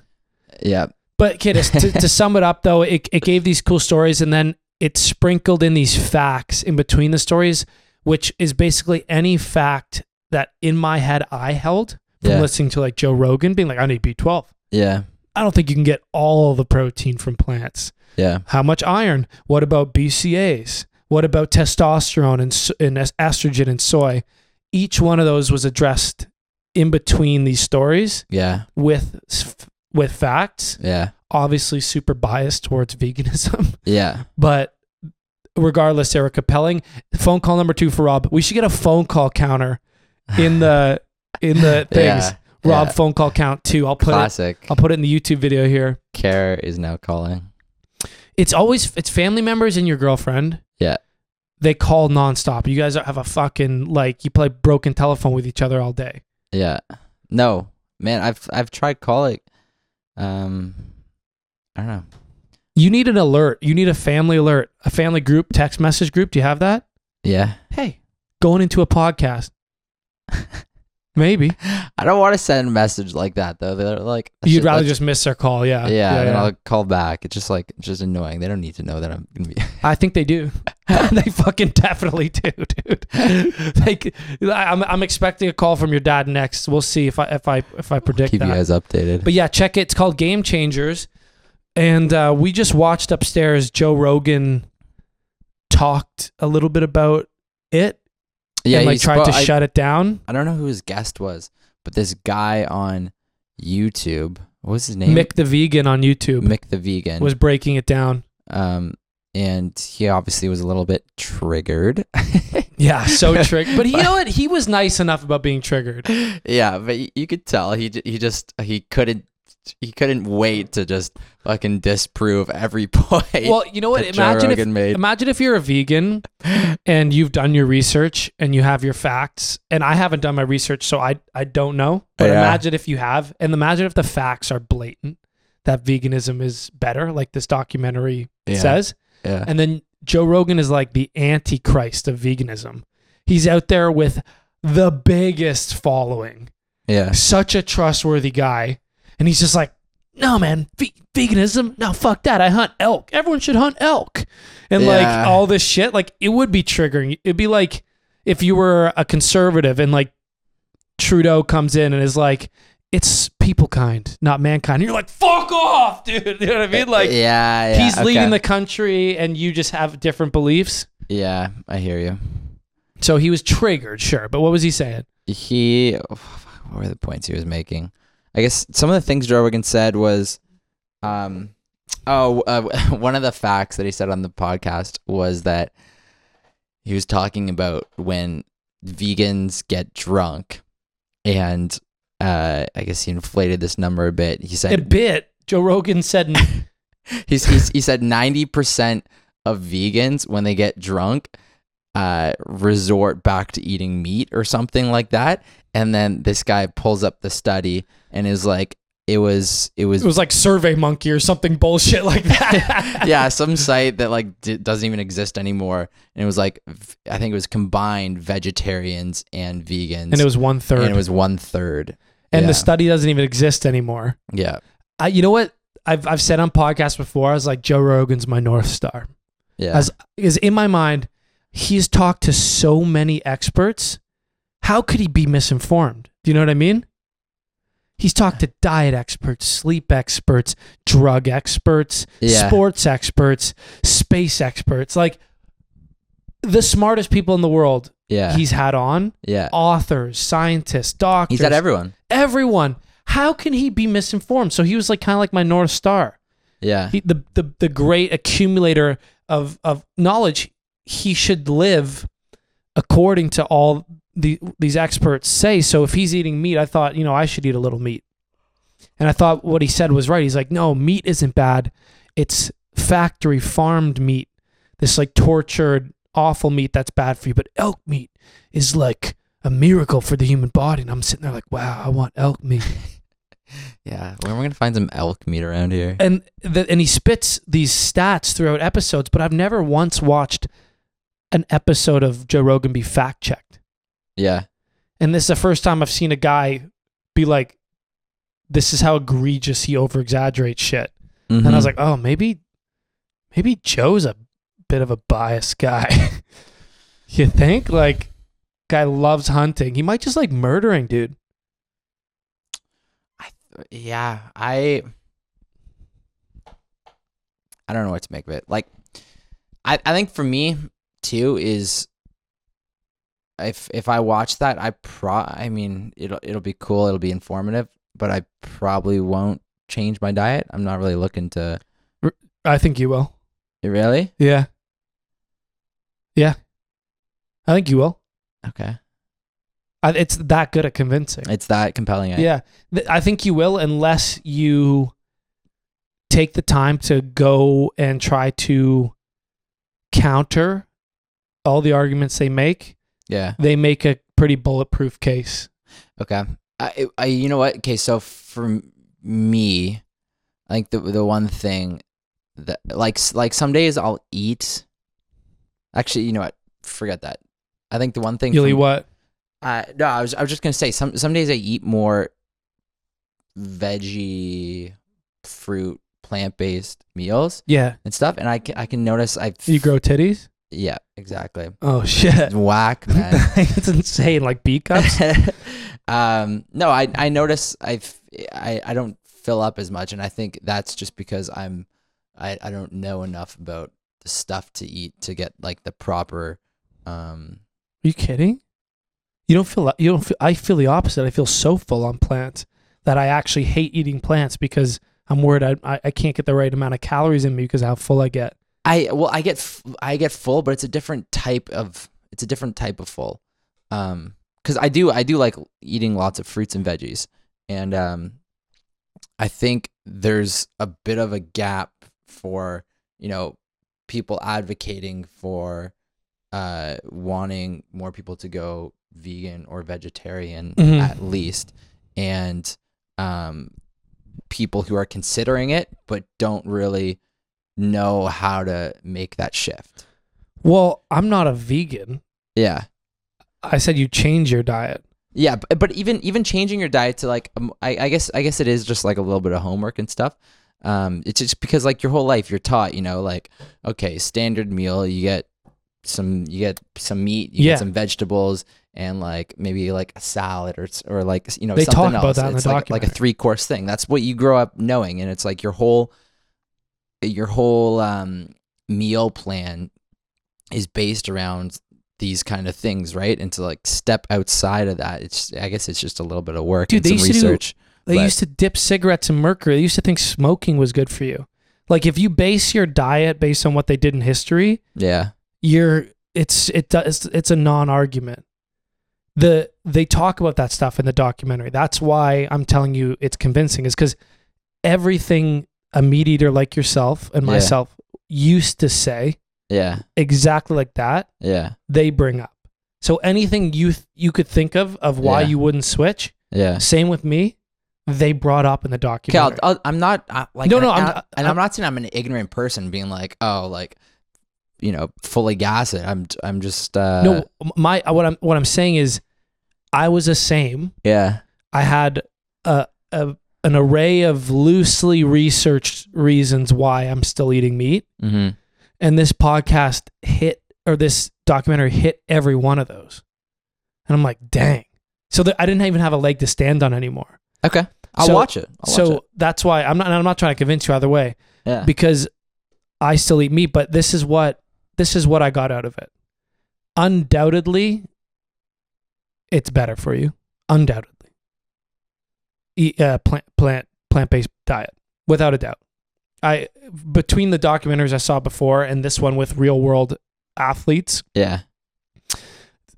Speaker 3: Yep.
Speaker 4: But kid, it's- to, to sum it up though, it it gave these cool stories, and then it sprinkled in these facts in between the stories, which is basically any fact that in my head I held from
Speaker 3: Yeah.
Speaker 4: listening to like Joe Rogan being like, I need B twelve.
Speaker 3: Yeah.
Speaker 4: I don't think you can get all the protein from plants.
Speaker 3: Yeah.
Speaker 4: How much iron? What about BCAAs? What about testosterone and, s- and es- estrogen and soy? Each one of those was addressed in between these stories
Speaker 3: Yeah.
Speaker 4: with s- f- with facts.
Speaker 3: Yeah.
Speaker 4: Obviously, super biased towards [LAUGHS] veganism,
Speaker 3: Yeah.
Speaker 4: but regardless, they were compelling. Phone call number two for Rob. We should get a phone call counter in the in the things.
Speaker 3: [LAUGHS] Yeah.
Speaker 4: Uh, Rob
Speaker 3: Yeah.
Speaker 4: phone call count two. I'll put it,
Speaker 3: Classic.
Speaker 4: I'll put it in the YouTube video here.
Speaker 3: Care is now calling.
Speaker 4: It's always it's family members and your girlfriend.
Speaker 3: Yeah.
Speaker 4: they call nonstop. You guys have a fucking like you play broken telephone with each other all day.
Speaker 3: Yeah. No. Man, I've I've tried calling. Um I don't know.
Speaker 4: You need an alert. You need a family alert, a family group text message group. Do you have that?
Speaker 3: Yeah.
Speaker 4: Hey, going into a
Speaker 3: [LAUGHS]
Speaker 4: podcast. Maybe
Speaker 3: I don't want to send a message like that though. They're like I
Speaker 4: you'd
Speaker 3: should-
Speaker 4: rather
Speaker 3: let's-
Speaker 4: just miss their call. Yeah,
Speaker 3: yeah, and then I'll call back. It's just like it's just annoying. They don't need to know that I'm gonna [LAUGHS] be.
Speaker 4: I think they do. [LAUGHS] they fucking definitely do, dude. [LAUGHS] Like I'm, I'm expecting a call from your dad next. We'll see if I if I if I predict
Speaker 3: Keep
Speaker 4: that.
Speaker 3: you guys updated.
Speaker 4: But yeah, check it. It's called Game Changers. And uh, we just watched upstairs. Joe Rogan talked a little bit about it.
Speaker 3: yeah,
Speaker 4: and,
Speaker 3: he
Speaker 4: like tried to
Speaker 3: spo- I,
Speaker 4: shut it down.
Speaker 3: I don't know who his guest was, but this guy on YouTube, what was his name?
Speaker 4: Mick the Vegan on YouTube
Speaker 3: Mick the vegan.
Speaker 4: was breaking it down.
Speaker 3: um, and he obviously was a little bit triggered. [LAUGHS]
Speaker 4: Yeah, so triggered. But you know what? He was nice enough about being triggered.
Speaker 3: yeah, but y- you could tell he j- he just he couldn't he couldn't wait to just fucking disprove every [LAUGHS] point.
Speaker 4: Well, you know what?
Speaker 3: that Joe
Speaker 4: Imagine if
Speaker 3: Rogan made.
Speaker 4: imagine if you're a vegan and you've done your research and you have your facts. And I haven't done my research, so I I don't know. But
Speaker 3: Yeah.
Speaker 4: imagine if you have, and imagine if the facts are blatant that veganism is better, like this documentary
Speaker 3: Yeah.
Speaker 4: says.
Speaker 3: yeah.
Speaker 4: And then Joe Rogan is like the antichrist of veganism. He's out there with the biggest following,
Speaker 3: yeah.
Speaker 4: such a trustworthy guy, and he's just like. No man, ve- veganism. No, fuck that. I hunt elk. Everyone should hunt elk, and
Speaker 3: Yeah.
Speaker 4: like all this shit. Like it would be triggering. It'd be like if you were a conservative and like Trudeau comes in and is like, "It's people kind, not mankind." And you're like, "Fuck off, [LAUGHS] dude." You know what I mean? [LAUGHS] Like,
Speaker 3: yeah, yeah,
Speaker 4: he's
Speaker 3: okay.
Speaker 4: leading the country and you just have different beliefs.
Speaker 3: Yeah, I hear you.
Speaker 4: So he was triggered, sure. But what was he saying?
Speaker 3: he oh, fuck, what were the points he was making? I guess some of the things Joe Rogan said was, um, oh, uh, [LAUGHS] one of the facts that he said on the podcast was that he was talking about when vegans get drunk, and uh, I guess he inflated this number a bit. He
Speaker 4: A
Speaker 3: said
Speaker 4: bit. Joe Rogan said,
Speaker 3: he's, he's, he said ninety percent of vegans when they get drunk uh, resort back to eating meat or something like that. And then this guy pulls up the study and is like, it was, it was,
Speaker 4: it was like Survey Monkey or something bullshit like that.
Speaker 3: yeah, some site that like d- doesn't even exist anymore. And it was like, v- I think it was combined vegetarians and
Speaker 4: [LAUGHS]
Speaker 3: vegans.
Speaker 4: And it was one third.
Speaker 3: and
Speaker 4: And,
Speaker 3: it was one third.
Speaker 4: the
Speaker 3: yeah.
Speaker 4: study doesn't even exist anymore.
Speaker 3: yeah.
Speaker 4: I, you know what? I've I've said on podcasts before. I was like, Joe Rogan's my north star.
Speaker 3: Yeah.
Speaker 4: As is in my mind, he's talked to so many experts. How could he be misinformed? Do you know what I mean? He's talked to diet experts, sleep experts, drug experts,
Speaker 3: Yeah.
Speaker 4: sports experts, space experts, like the smartest people in the world
Speaker 3: yeah.
Speaker 4: he's had on,
Speaker 3: yeah.
Speaker 4: authors, scientists, doctors,
Speaker 3: He's at everyone.
Speaker 4: everyone. How can he be misinformed? So he was like kind of like my north star
Speaker 3: Yeah.
Speaker 4: he, the, the the great accumulator of of knowledge he should live according to all the these experts say so if he's eating meat i thought you know i should eat a little meat and i thought what he said was right he's like no meat isn't bad it's factory farmed meat this like tortured awful meat that's bad for you but elk meat is like a miracle for the human body and i'm sitting there like wow i want elk meat
Speaker 3: yeah. When are we gonna find some elk meat around here?
Speaker 4: and the, and he spits these stats throughout episodes, but I've never once watched an episode of Joe Rogan be fact checked.
Speaker 3: Yeah.
Speaker 4: And this is the first time I've seen a guy be like, "This is how egregious he over exaggerates shit." And I
Speaker 3: Mm-hmm.
Speaker 4: was like, "Oh, maybe, maybe Joe's a bit of a biased guy." [LAUGHS] you think? Like, guy loves hunting. He might just like murdering, dude.
Speaker 3: yeah, I I don't know what to make of it. Like I I think for me too is if if I watch that, I pro I mean, it'll it'll be cool, it'll be informative, but I probably won't change my diet. I'm not really looking to
Speaker 4: I think you will.
Speaker 3: really?
Speaker 4: Yeah. Yeah. I think you will.
Speaker 3: Okay.
Speaker 4: I, it's that good at convincing.
Speaker 3: It's that compelling. I-
Speaker 4: yeah. Th- I think you will unless you take the time to go and try to counter all the arguments they make.
Speaker 3: Yeah.
Speaker 4: They make a pretty bulletproof case.
Speaker 3: Okay. I, I you know what? Okay, so for m- me, I think the the one thing that like s- like some days I'll eat. Actually, you know what? Forget that. I think the one thing
Speaker 4: You'll
Speaker 3: for
Speaker 4: eat
Speaker 3: me-
Speaker 4: what?
Speaker 3: Uh, no, I was I was just gonna say some some days I eat more veggie, fruit, plant based meals
Speaker 4: Yeah.
Speaker 3: and stuff, and I can I can notice I
Speaker 4: You grow titties?
Speaker 3: yeah
Speaker 4: [LAUGHS]
Speaker 3: exactly
Speaker 4: Oh, shit.
Speaker 3: whack man.
Speaker 4: it's insane. Like B cups?
Speaker 3: um, no, I I notice I've I I don't fill up as much, and I think that's just because I'm I I don't know enough about the stuff to eat to get like the proper. Um,
Speaker 4: Are you kidding? You don't feel you don't feel I feel the opposite. I feel so full on plants that I actually hate eating plants because I'm worried I I, I can't get the right amount of calories in me because of how full I get.
Speaker 3: I well I get f- I get full, but it's a different type of it's a different type of full. Um, because I do I do like eating lots of fruits and veggies, and um, I think there's a bit of a gap for you know people advocating for uh wanting more people to go vegan or vegetarian
Speaker 4: Mhm.
Speaker 3: at least and um people who are considering it but don't really know how to make that shift
Speaker 4: Well, I'm not a vegan.
Speaker 3: yeah
Speaker 4: I said you change your diet.
Speaker 3: Yeah, but, but even even changing your diet to like, um, I, I guess I guess it is just like a little bit of homework and stuff. Um, it's just because like your whole life you're taught, you know, like okay, standard meal, you get some you get some meat, you
Speaker 4: Yeah.
Speaker 3: get some vegetables, and like maybe like a salad or s- or like you know
Speaker 4: They
Speaker 3: something
Speaker 4: talk about
Speaker 3: else.
Speaker 4: that in the
Speaker 3: it's like, like a
Speaker 4: documentary.
Speaker 3: three course thing. That's what you grow up knowing, and it's like your whole your whole um, meal plan is based around these kind of things, right? And to like step outside of that, it's I guess it's just a little bit of work
Speaker 4: Dude,
Speaker 3: and
Speaker 4: they used
Speaker 3: some
Speaker 4: to do-
Speaker 3: research.
Speaker 4: They
Speaker 3: Right.
Speaker 4: used to dip cigarettes in mercury. They used to think smoking was good for you. Like if you base your diet based on what they did in history,
Speaker 3: yeah,
Speaker 4: you're it's it does it's a non-argument the they talk about that stuff in the documentary that's why i'm telling you it's convincing is because everything a meat eater like yourself and
Speaker 3: Yeah.
Speaker 4: myself used to say
Speaker 3: yeah,
Speaker 4: exactly like that
Speaker 3: yeah,
Speaker 4: they bring up so anything you th- you could think of of why
Speaker 3: Yeah.
Speaker 4: you wouldn't switch
Speaker 3: yeah.
Speaker 4: same with me they brought up in the
Speaker 3: Okay, I'll,
Speaker 4: documentary
Speaker 3: I'll, I'm not I, like
Speaker 4: No, no,
Speaker 3: and
Speaker 4: I'm-
Speaker 3: I- and I'm, not saying I'm an ignorant person being like, oh, like you know, fully gas it. I'm I'm just uh,
Speaker 4: no my what i'm what i'm saying is i was the same
Speaker 3: yeah,
Speaker 4: I had a a an array of loosely researched reasons why I'm still eating meat.
Speaker 3: Mm-hmm.
Speaker 4: And this podcast hit, or this documentary hit every one of those. And I'm like, dang. So that I didn't even have a leg to stand on anymore.
Speaker 3: Okay. I'll
Speaker 4: So-
Speaker 3: watch it. I'll
Speaker 4: so
Speaker 3: watch it.
Speaker 4: that's why I'm not. and I'm not trying to convince you either way
Speaker 3: yeah.
Speaker 4: because I still eat meat. But this is what this is what I got out of it. Undoubtedly, it's better for you. Undoubtedly, eat uh, plant plant plant based diet without a doubt. I between the documentaries I saw before and this one with real world athletes
Speaker 3: yeah.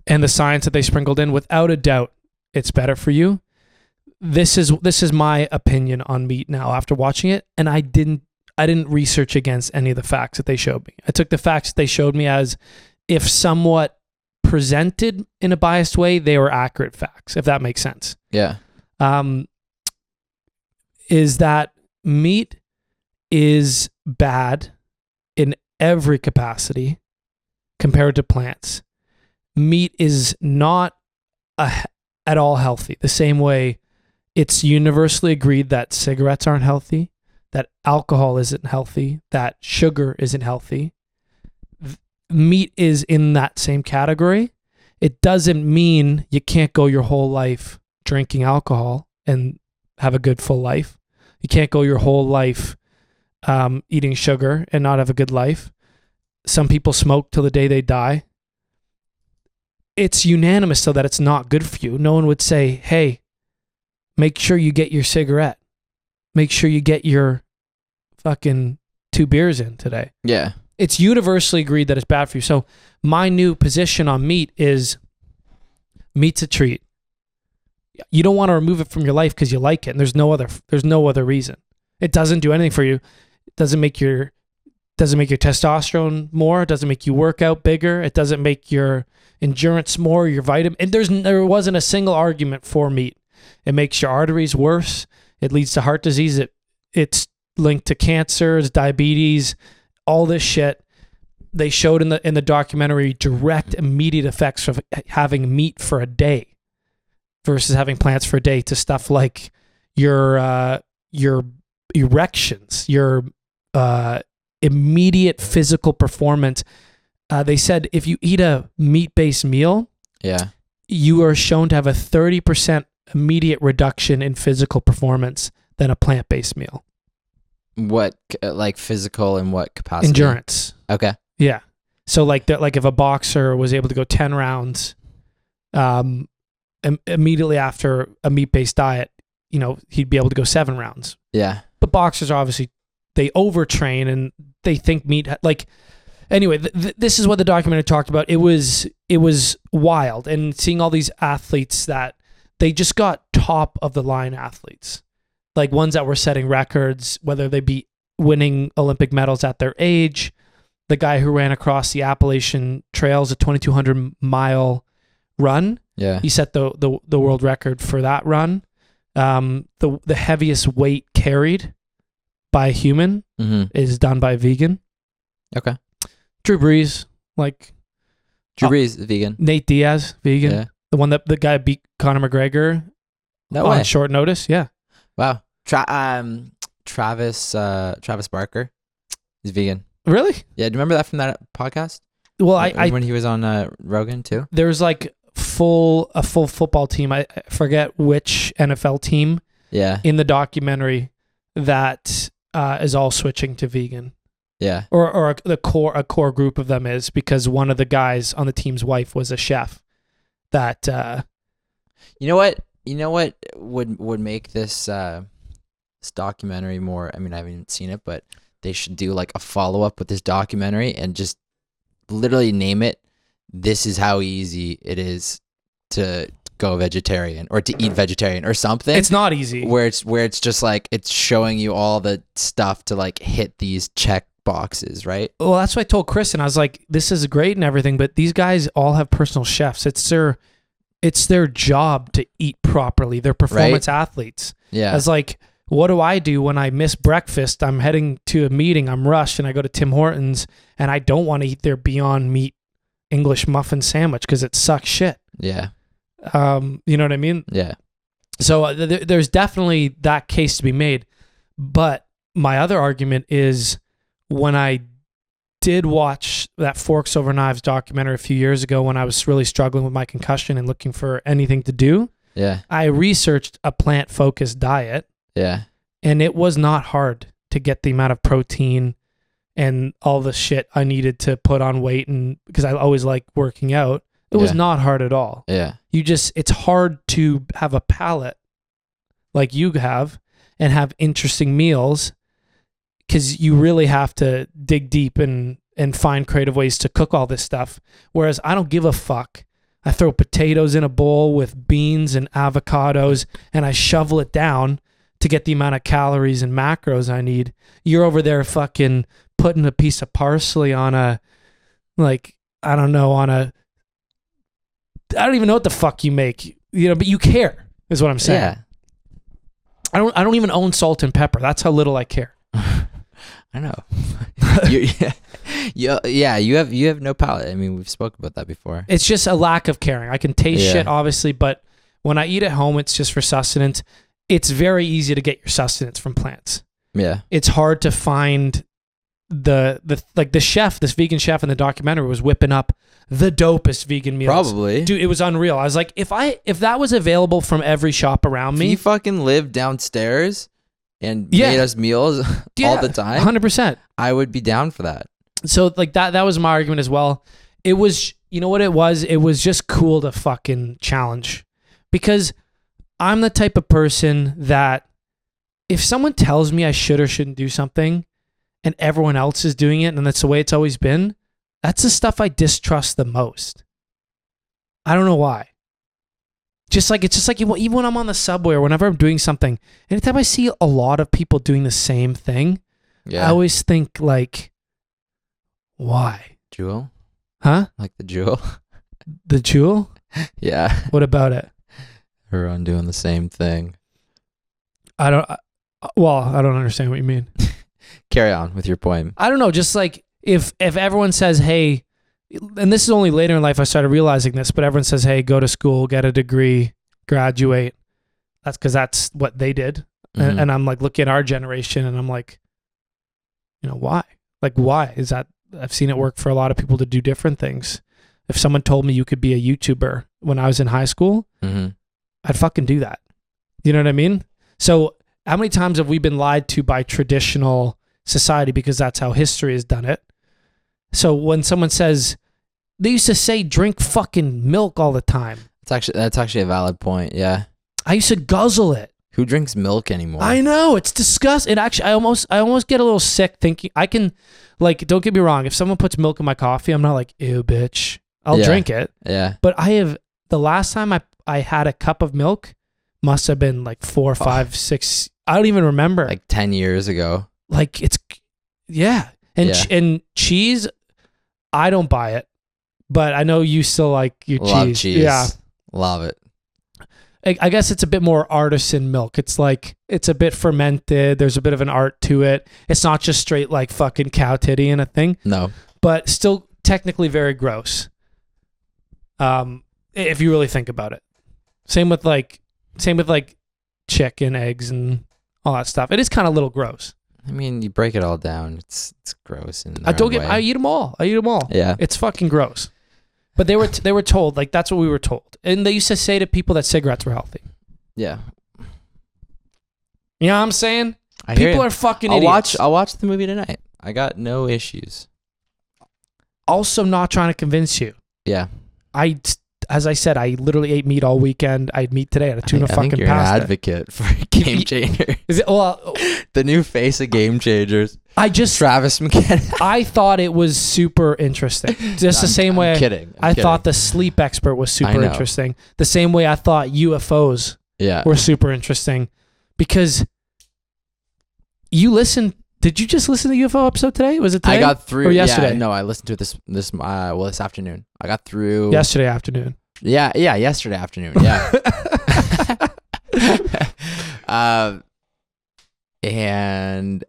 Speaker 4: and the science that they sprinkled in, without a doubt, it's better for you. This is this is my opinion on meat now after watching it, and I didn't I didn't research against any of the facts that they showed me. I took the facts that they showed me as if somewhat presented in a biased way, they were accurate facts, if that makes sense
Speaker 3: Yeah.
Speaker 4: um, is that meat is bad in every capacity compared to plants. Meat is not a, at all healthy. The same way it's universally agreed that cigarettes aren't healthy, that alcohol isn't healthy, that sugar isn't healthy. Th- Meat is in that same category. It doesn't mean you can't go your whole life drinking alcohol and have a good full life. You can't go your whole life um, eating sugar and not have a good life. Some people smoke till the day they die. It's unanimous, though, that it's not good for you. No one would say, hey, make sure you get your cigarette. Make sure you get your fucking two beers in today
Speaker 3: Yeah.
Speaker 4: it's universally agreed that it's bad for you. So my new position on meat is meat's a treat. You don't want to remove it from your life because you like it, and there's no other there's no other reason. It doesn't do anything for you. It doesn't make your doesn't make your testosterone more. It doesn't make you work out bigger. It doesn't make your endurance more. Your vitamin and there's there wasn't a single argument for meat. It makes your arteries worse. It leads to heart disease. It it's linked to cancer. It's diabetes all this shit they showed in the in the documentary direct immediate effects of having meat for a day versus having plants for a day to stuff like your uh your erections your uh immediate physical performance uh, they said if you eat a meat-based meal
Speaker 3: Yeah.
Speaker 4: you are shown to have a 30% immediate reduction in physical performance than a plant-based meal
Speaker 3: What c- uh, like physical and what capacity?
Speaker 4: endurance
Speaker 3: Okay.
Speaker 4: Yeah. So like that, like if a boxer was able to go ten rounds, um, im- immediately after a meat-based diet, you know, he'd be able to go seven rounds.
Speaker 3: Yeah.
Speaker 4: But boxers are obviously they overtrain and they think meat like. Anyway, th- th- this is what the documentary talked about. It was it was wild, and seeing all these athletes that they just got top of the line athletes, like ones that were setting records, whether they be winning Olympic medals at their age, the guy who ran across the Appalachian Trails, a 2,200 mile run.
Speaker 3: Yeah.
Speaker 4: He set the, the, the world record for that run. Um, the, the heaviest weight carried by a human
Speaker 3: Mm-hmm.
Speaker 4: is done by a vegan.
Speaker 3: Okay.
Speaker 4: Drew Brees, like
Speaker 3: Drew
Speaker 4: Oh.
Speaker 3: Brees is vegan.
Speaker 4: Nate Diaz, vegan.
Speaker 3: Yeah.
Speaker 4: The one that the guy beat Conor McGregor
Speaker 3: No
Speaker 4: on
Speaker 3: way.
Speaker 4: short notice. Yeah.
Speaker 3: Wow. Oh, Tra- um, Travis uh, Travis Barker is vegan.
Speaker 4: Really?
Speaker 3: Yeah. Do you remember that from that podcast?
Speaker 4: Well, I,
Speaker 3: When-
Speaker 4: I
Speaker 3: when he was on uh, Rogan too.
Speaker 4: there was like full a full football team. I I forget which NFL team
Speaker 3: Yeah.
Speaker 4: in the documentary that uh, is all switching to vegan,
Speaker 3: Yeah.
Speaker 4: or or a, the core a core group of them is because one of the guys on the team's wife was a chef. That uh,
Speaker 3: You know what? You know what would would make this uh, this documentary more? I mean, I haven't seen it, but they should do like a follow up with this documentary and just literally name it. This is how easy it is to go vegetarian or to eat vegetarian or something.
Speaker 4: it's not easy.
Speaker 3: where it's where it's just like it's showing you all the stuff to like hit these check boxes, right?
Speaker 4: Well, that's what I told Chris, and I was like, "This is great and everything, but these guys all have personal chefs. It's their it's their job to eat properly. They're performance athletes.
Speaker 3: Yeah.
Speaker 4: As like, what do I do when I miss breakfast? I'm heading to a meeting. I'm rushed, and I go to Tim Hortons, and I don't want to eat their Beyond Meat English muffin sandwich because it sucks shit.
Speaker 3: yeah.
Speaker 4: Um, you know what I mean?
Speaker 3: Yeah.
Speaker 4: So uh, th- there's definitely that case to be made. But my other argument is when I did watch that Forks Over Knives documentary a few years ago when I was really struggling with my concussion and looking for anything to do,
Speaker 3: Yeah.
Speaker 4: I researched a plant focused diet
Speaker 3: Yeah.
Speaker 4: and it was not hard to get the amount of protein and all the shit I needed to put on weight and because I always like working out. It was
Speaker 3: Yeah.
Speaker 4: not hard at all
Speaker 3: Yeah.
Speaker 4: you just it's hard to have a palate like you have and have interesting meals because you really have to dig deep and and find creative ways to cook all this stuff whereas i don't give a fuck i throw potatoes in a bowl with beans and avocados and i shovel it down to get the amount of calories and macros i need you're over there fucking putting a piece of parsley on a like i don't know on a I don't even know what the fuck you make, you know, but you care is what I'm saying.
Speaker 3: Yeah.
Speaker 4: I don't I don't even own salt and pepper. That's how little I care.
Speaker 3: [LAUGHS] I know. you, [LAUGHS] yeah, you, yeah, you have you have no palate. I mean, we've spoken about that before.
Speaker 4: It's just a lack of caring. I can taste
Speaker 3: Yeah.
Speaker 4: shit obviously, but when I eat at home it's just for sustenance. It's very easy to get your sustenance from plants.
Speaker 3: Yeah,
Speaker 4: It's hard to find the the like the chef, this vegan chef in the documentary was whipping up the dopest vegan meals.
Speaker 3: probably.
Speaker 4: Dude, it was unreal. I was like, if I if that was available from every shop around
Speaker 3: if
Speaker 4: me,
Speaker 3: you fucking lived downstairs and
Speaker 4: Yeah.
Speaker 3: made us meals [LAUGHS] all the time,
Speaker 4: 100%.
Speaker 3: I would be down for that.
Speaker 4: so like that that was my argument as well it was you know what it was it was just cool to fucking challenge because i'm the type of person that if someone tells me i should or shouldn't do something and everyone else is doing it and that's the way it's always been that's the stuff i distrust the most i don't know why just like it's just like even even when i'm on the subway or whenever i'm doing something anytime i see a lot of people doing the same thing
Speaker 3: Yeah,
Speaker 4: I always think like, why?
Speaker 3: jewel,
Speaker 4: Huh?
Speaker 3: like the jewel. [LAUGHS]
Speaker 4: The jewel?
Speaker 3: yeah,
Speaker 4: What about it?
Speaker 3: everyone doing the same thing.
Speaker 4: I don't. I, well, I don't understand what you mean.
Speaker 3: Carry on with your poem.
Speaker 4: I don't know. Just like if if everyone says, hey, and this is only later in life I started realizing this, but everyone says, hey, go to school, get a degree, graduate. That's because that's what they did.
Speaker 3: Mhm.
Speaker 4: And, and I'm like, look at our generation, and I'm like, you know, why? Like, why is that? I've seen it work for a lot of people to do different things. If someone told me you could be a YouTuber when I was in high school,
Speaker 3: Mhm.
Speaker 4: I'd fucking do that. You know what I mean? So, how many times have we been lied to by traditional society because that's how history has done it? So, when someone says, they used to say, drink fucking milk all the time,
Speaker 3: That's actually that's actually a valid point. Yeah,
Speaker 4: I used to guzzle it.
Speaker 3: who drinks milk anymore?
Speaker 4: I know it's disgusting. It actually, I almost, I almost get a little sick thinking I can, like, don't get me wrong. If someone puts milk in my coffee, I'm not like, ew, bitch. I'll
Speaker 3: Yeah.
Speaker 4: drink it.
Speaker 3: yeah,
Speaker 4: But I have the last time I I had a cup of milk must have been like four, five, six. I don't even remember. Like,
Speaker 3: Oh. like ten years ago.
Speaker 4: it's, yeah, and
Speaker 3: Yeah.
Speaker 4: ch- and cheese, I don't buy it, but I know you still like your
Speaker 3: Love
Speaker 4: cheese.
Speaker 3: cheese.
Speaker 4: Yeah,
Speaker 3: love it.
Speaker 4: I, I guess it's a bit more artisan milk. It's like it's a bit fermented. There's a bit of an art to it. It's not just straight like fucking cow titty and a thing,
Speaker 3: No,
Speaker 4: but still technically very gross. Um, i- if you really think about it. Same with like, same with like, chicken eggs and all that stuff. It is kind of a little gross.
Speaker 3: I mean you break it all down. It's it's gross. In
Speaker 4: I
Speaker 3: their
Speaker 4: don't
Speaker 3: own
Speaker 4: get.
Speaker 3: way.
Speaker 4: I eat them all. I eat them all.
Speaker 3: Yeah,
Speaker 4: It's fucking gross. But they were t- they were told like that's what we were told, and they used to say to people that cigarettes were healthy.
Speaker 3: yeah.
Speaker 4: You know what I'm saying?
Speaker 3: I hear
Speaker 4: People
Speaker 3: ya.
Speaker 4: are fucking
Speaker 3: I'll
Speaker 4: idiots.
Speaker 3: watch. I'll watch the movie tonight. I got no issues.
Speaker 4: also not trying to convince you.
Speaker 3: Yeah,
Speaker 4: I, as I said, I literally ate meat all weekend. I had meat today. I had a tuna
Speaker 3: I, I
Speaker 4: fucking
Speaker 3: think you're
Speaker 4: pasta.
Speaker 3: an advocate [LAUGHS] for game changer. [LAUGHS]
Speaker 4: Is it? Well,
Speaker 3: the new face of game changers,
Speaker 4: I just
Speaker 3: Travis McKenna.
Speaker 4: I thought it was super interesting. [LAUGHS] Just the
Speaker 3: I'm-
Speaker 4: same
Speaker 3: [LAUGHS] I'm
Speaker 4: way
Speaker 3: kidding.
Speaker 4: I thought the sleep expert was
Speaker 3: I
Speaker 4: super
Speaker 3: know. Uh,
Speaker 4: interesting. The same way I thought UFOs
Speaker 3: Yeah.
Speaker 4: were super interesting, because you listen. Did you just listen to the UFO episode today? Was it today?
Speaker 3: I got through
Speaker 4: Or
Speaker 3: yeah,
Speaker 4: yesterday?
Speaker 3: no, I listened to it this this uh, well this afternoon. I got through.
Speaker 4: yesterday afternoon.
Speaker 3: Yeah. Yeah. Yesterday afternoon. Yeah. um, and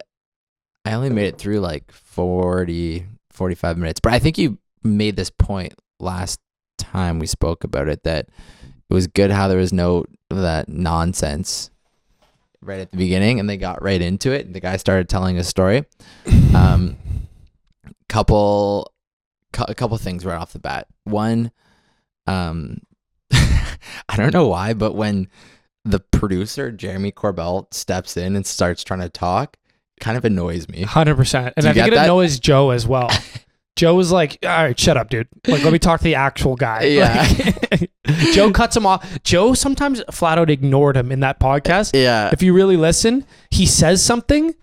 Speaker 3: I only made it through like 40, 45 minutes. But I think you made this point last time we spoke about it that It was good how there was no that nonsense right at the beginning, and they got right into it. The guy started telling his story. Um, couple, cou- a couple things right off the bat. One, um, [LAUGHS] I don't know why, but when the producer Jeremy Corbell steps in and starts trying to talk, it kind of
Speaker 4: [LAUGHS]
Speaker 3: annoys me.
Speaker 4: Hundred percent, and
Speaker 3: Do you
Speaker 4: I think
Speaker 3: get
Speaker 4: it
Speaker 3: that?
Speaker 4: annoys Joe as
Speaker 3: [LAUGHS]
Speaker 4: well. Joe was like, "All right, shut up, dude. Like, let me talk to the actual guy."
Speaker 3: [LAUGHS] Yeah.
Speaker 4: Like, [LAUGHS] Joe cuts him off. Joe sometimes flat out ignored him in that podcast.
Speaker 3: Yeah,
Speaker 4: If you really listen, he says something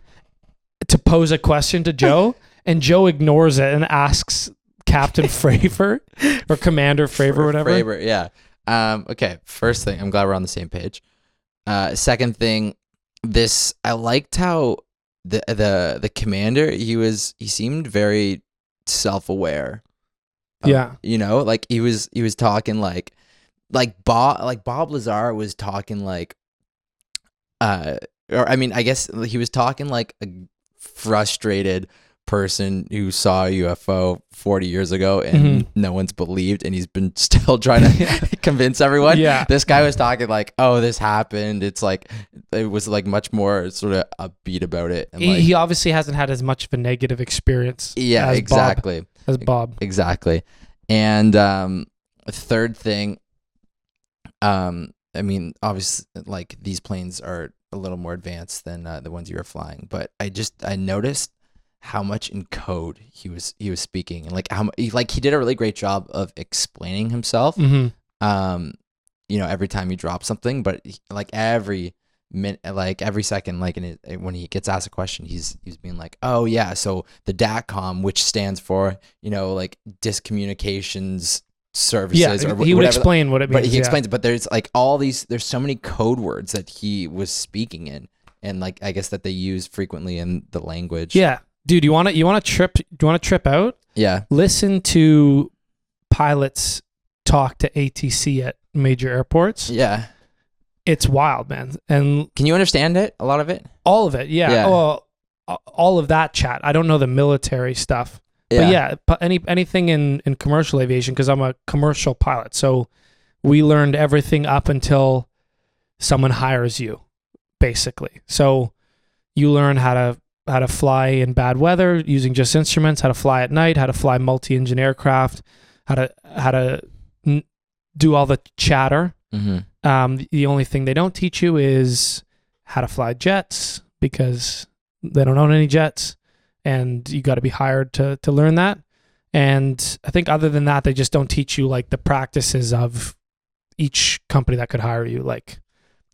Speaker 4: to pose a question to
Speaker 3: [LAUGHS]
Speaker 4: Joe, and Joe ignores it and asks Captain Fravor or Commander Fravor,
Speaker 3: Fra-
Speaker 4: whatever.
Speaker 3: Fravor, yeah. Um, okay, first thing, I'm glad we're on the same page. Uh, second thing, this I liked how the the the commander he was he seemed very self aware.
Speaker 4: Yeah.
Speaker 3: you know, like he was he was talking like like Bob like Bob Lazar was talking like uh or I mean I guess he was talking like a frustrated person who saw a UFO 40 years ago and
Speaker 4: Mhm.
Speaker 3: no one's believed and he's been [LAUGHS] still
Speaker 4: [LAUGHS]
Speaker 3: trying [LAUGHS] to convince everyone.
Speaker 4: Yeah.
Speaker 3: This guy was talking like, "Oh, this happened." It's like it was like much more sort of upbeat about it and
Speaker 4: He,
Speaker 3: [LAUGHS] like
Speaker 4: he obviously hasn't had as much of a negative experience.
Speaker 3: yeah,
Speaker 4: as
Speaker 3: exactly.
Speaker 4: Bob, as Bob.
Speaker 3: Exactly. And um a third thing um I mean obviously like these planes are a little more advanced than uh, the ones you were flying, but I just I noticed how much in code he was he was speaking and like how mu- he, like he did a really great job of explaining himself
Speaker 4: hmm
Speaker 3: um you know every time he drops something but he- like every minute like every second like in it, when he gets asked a question he's he's being like oh yeah so the datcom which stands for you know like discommunications services
Speaker 4: Yeah,
Speaker 3: or wh-
Speaker 4: he would
Speaker 3: whatever
Speaker 4: explain what it means.
Speaker 3: but he
Speaker 4: yeah.
Speaker 3: explains it but there's like all these there's so many code words that he was speaking in and like i guess that they use frequently in the language
Speaker 4: Yeah, dude, you want to you want to trip? You want to trip out?
Speaker 3: yeah
Speaker 4: Listen to pilots talk to ATC at major airports.
Speaker 3: yeah
Speaker 4: It's wild, man, and
Speaker 3: can you understand it a lot of it
Speaker 4: all of it. Yeah,
Speaker 3: Yeah.
Speaker 4: Well, a- all of that chat. I don't know the military stuff, but yeah, pu- any anything in in commercial aviation because I'm a commercial pilot, so we learned everything up until someone hires you, basically. So you learn how to how to fly in bad weather using just instruments, how to fly at night, how to fly multi-engine aircraft, how to how to n- do all the chatter.
Speaker 3: mm-hmm.
Speaker 4: Um, the only thing they don't teach you is how to fly jets because they don't own any jets, and you got to be hired to to learn that. And I think other than that, they just don't teach you like the practices of each company that could hire you, like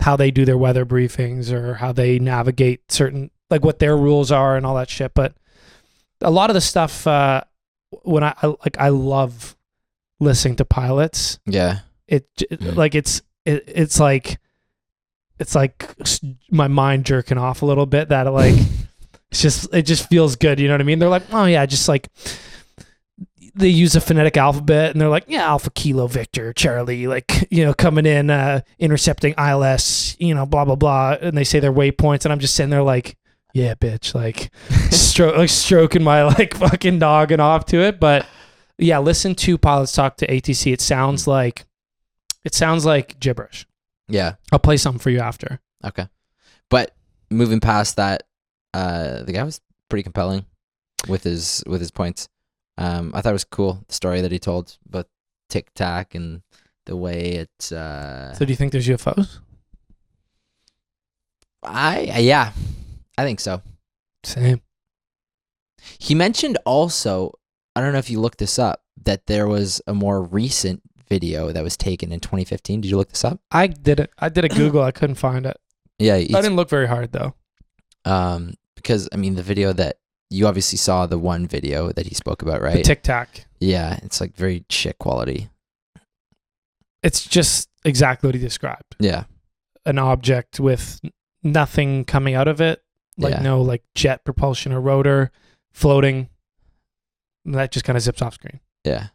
Speaker 4: how they do their weather briefings or how they navigate certain like what their rules are and all that shit. But a lot of the stuff uh, when I, I like, I love listening to pilots
Speaker 3: yeah [LAUGHS]
Speaker 4: it j-
Speaker 3: Mm.
Speaker 4: like it's it, it's like it's like s- my mind jerking off a little bit that like it's just it just feels good you know what i mean they're like oh yeah just like they use a phonetic alphabet and they're like yeah alpha kilo victor charlie like you know coming in uh intercepting ils you know blah blah blah and they say their waypoints and i'm just sitting there like yeah bitch like stro- like stroking my [LAUGHS] like fucking noggin off to it but yeah listen to pilots talk to atc it sounds like it sounds like gibberish
Speaker 3: yeah
Speaker 4: i'll play something for you after
Speaker 3: Okay. But moving past that, uh, the guy was pretty compelling with his with his points. Um, I thought it was cool the story that he told about Tic Tac and the way it. Uh,
Speaker 4: so do you think there's ufos
Speaker 3: I yeah, I think so.
Speaker 4: same
Speaker 3: He mentioned also, I don't know if you looked this up, that there was a more recent video that was taken in 2015. Did you look this up?
Speaker 4: i did it i did a google i couldn't find it
Speaker 3: Yeah, it's-
Speaker 4: i didn't look very hard though
Speaker 3: um, because I mean the video that you obviously saw the one video that he spoke about,
Speaker 4: the
Speaker 3: right?
Speaker 4: tic-tac
Speaker 3: Yeah, it's like very shit quality.
Speaker 4: it's just exactly what he described
Speaker 3: Yeah,
Speaker 4: an object with nothing coming out of it like
Speaker 3: Yeah.
Speaker 4: no like jet propulsion or rotor floating And that just kind of zips off screen
Speaker 3: yeah,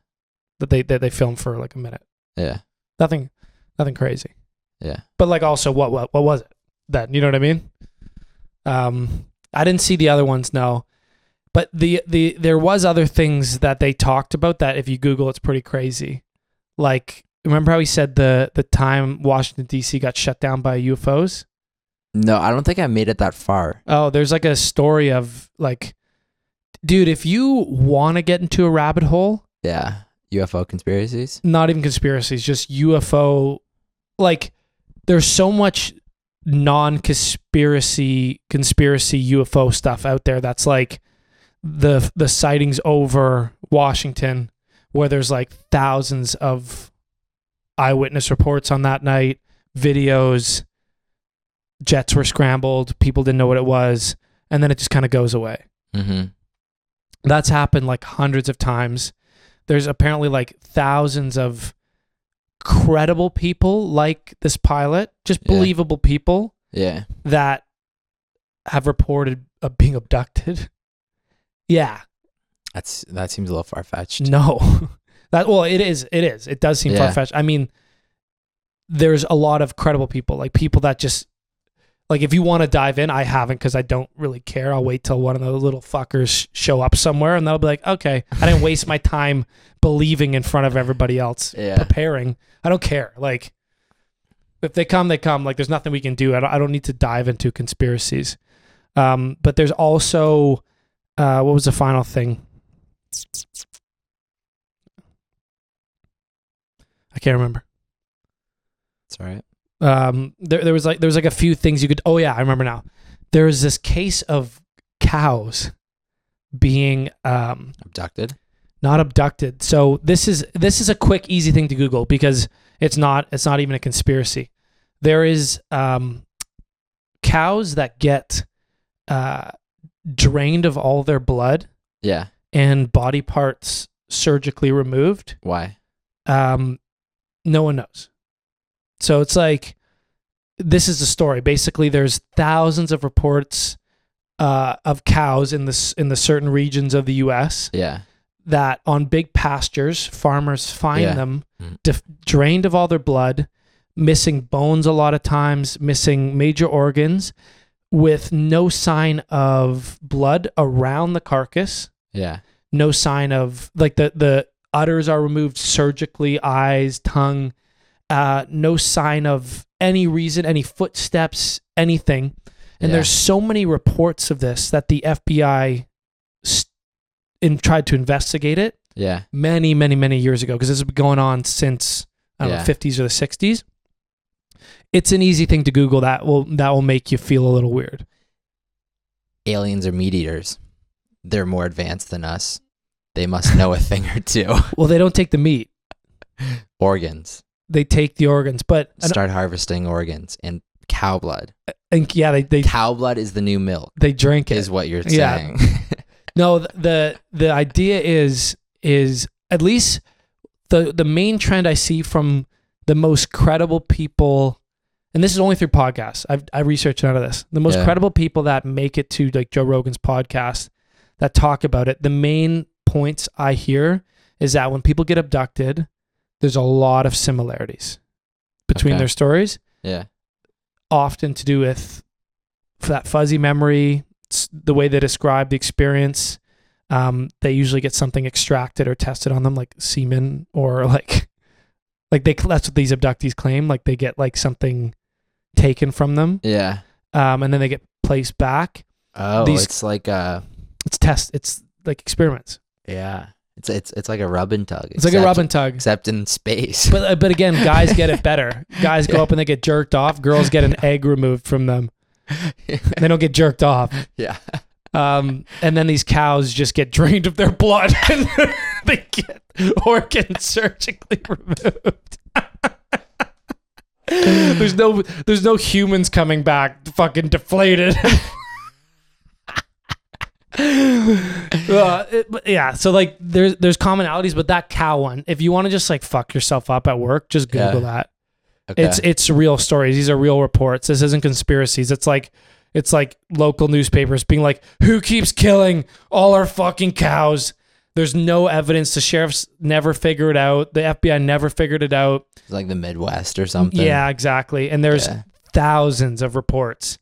Speaker 4: that they that they film for like a minute
Speaker 3: yeah,
Speaker 4: nothing nothing crazy
Speaker 3: yeah.
Speaker 4: but like also what what what was it then you know what i mean um i didn't see the other ones no but the the there was other things that they talked about that if you google it's pretty crazy like remember how he said the the time Washington D.C. got shut down by UFOs?
Speaker 3: No, I don't think I made it that far.
Speaker 4: Oh, there's like a story of like, dude, if you want to get into a rabbit hole,
Speaker 3: Yeah. UFO conspiracies.
Speaker 4: not even conspiracies, just UFO. Like, there's so much non-conspiracy conspiracy UFO stuff out there that's like the the sightings over Washington, where there's like thousands of eyewitness reports on that night, videos, jets were scrambled, people didn't know what it was, and then it just kind of goes away.
Speaker 3: Mm-hmm.
Speaker 4: That's happened like hundreds of times. There's apparently like thousands of credible people like this pilot, just
Speaker 3: Yeah.
Speaker 4: believable people
Speaker 3: Yeah.
Speaker 4: that have reported of being abducted. [LAUGHS] Yeah,
Speaker 3: That's that seems a little far fetched.
Speaker 4: no. [LAUGHS] That well, it is. It is. It does seem
Speaker 3: Yeah.
Speaker 4: far fetched. I mean, there's a lot of credible people, like people that just like if you want to dive in, I haven't because I don't really care. I'll wait till one of the little fuckers show up somewhere, and they'll be like, "Okay, I didn't waste my time believing in front of everybody else
Speaker 3: Yeah.
Speaker 4: preparing. I don't care. Like, if they come, they come. Like, there's nothing we can do. I don't, I don't need to dive into conspiracies. Um, but there's also, uh, what was the final thing? I can't remember.
Speaker 3: That's all right.
Speaker 4: Um, there, there was like there was like a few things you could. Oh yeah, I remember now. There was this case of cows being um,
Speaker 3: Abducted.
Speaker 4: not abducted. So this is this is a quick, easy thing to Google because it's not it's not even a conspiracy. There is um, cows that get uh, drained of all their blood
Speaker 3: Yeah.
Speaker 4: and body parts surgically removed.
Speaker 3: Why?
Speaker 4: Um, no one knows. So it's like this is the story. Basically, there's thousands of reports uh, of cows in this in the certain regions of the U.S
Speaker 3: Yeah.
Speaker 4: that on big pastures, farmers find
Speaker 3: Yeah.
Speaker 4: them
Speaker 3: Mm.
Speaker 4: def- drained of all their blood, missing bones a lot of times, missing major organs, with no sign of blood around the carcass,
Speaker 3: Yeah.
Speaker 4: no sign of like the the udders are removed surgically, eyes, tongue, uh, no sign of any reason, any footsteps, anything. And
Speaker 3: Yeah.
Speaker 4: there's so many reports of this that the FBI st- in, tried to investigate it
Speaker 3: Yeah.
Speaker 4: many, many, many years ago because this has been going on since I don't
Speaker 3: Yeah.
Speaker 4: know, 50s or the 60s. It's an easy thing to Google that will that will make you feel a little weird.
Speaker 3: Aliens are meat eaters. They're more advanced than us. They must know a thing or two. [LAUGHS]
Speaker 4: Well, they don't take the meat;
Speaker 3: Organs.
Speaker 4: they take the organs. But and,
Speaker 3: Start harvesting organs and cow blood.
Speaker 4: and yeah, they they
Speaker 3: Cow blood is the new milk,
Speaker 4: they drink it.
Speaker 3: is what you're
Speaker 4: Yeah.
Speaker 3: saying. [LAUGHS]
Speaker 4: No, th- the the idea is is at least the the main trend I see from the most credible people, and this is only through podcasts. I've I researched none of this. The most
Speaker 3: Yeah.
Speaker 4: credible people that make it to like Joe Rogan's podcast that talk about it. The main points I hear is that when people get abducted, there's a lot of similarities between
Speaker 3: Okay.
Speaker 4: their stories
Speaker 3: yeah.
Speaker 4: often to do with f- that fuzzy memory, s- the way they describe the experience. Um, they usually get something extracted or tested on them, like semen or [LAUGHS] like, like they. That's what these abductees claim. Like they get like something taken from them,
Speaker 3: Yeah.
Speaker 4: um, and then they get placed back.
Speaker 3: Oh,
Speaker 4: These-
Speaker 3: it's like a
Speaker 4: It's test. It's like experiments.
Speaker 3: yeah. It's it's it's like a rub and tug.
Speaker 4: It's like a rub and tug.
Speaker 3: except in space.
Speaker 4: But uh, but again, guys get it better. Guys go up and they get jerked off. Girls get an egg removed from them. They don't get jerked off.
Speaker 3: yeah.
Speaker 4: Um, and then these cows just get drained of their blood [LAUGHS] and they get organs surgically removed. there's no there's no humans coming back fucking deflated. Uh, it- but yeah, so like there's there's commonalities, but that cow one, if you want to just like fuck yourself up at work, just
Speaker 3: Yeah.
Speaker 4: Google that.
Speaker 3: [LAUGHS] Okay.
Speaker 4: It's it's real stories. These are real reports. This isn't conspiracies. It's like it's like local newspapers being like, "Who keeps killing all our fucking cows?" There's no evidence. The sheriffs never figured it out. The FBI never figured it out.
Speaker 3: It's like the Midwest or something.
Speaker 4: Yeah, exactly. And there's
Speaker 3: Yeah.
Speaker 4: thousands of reports.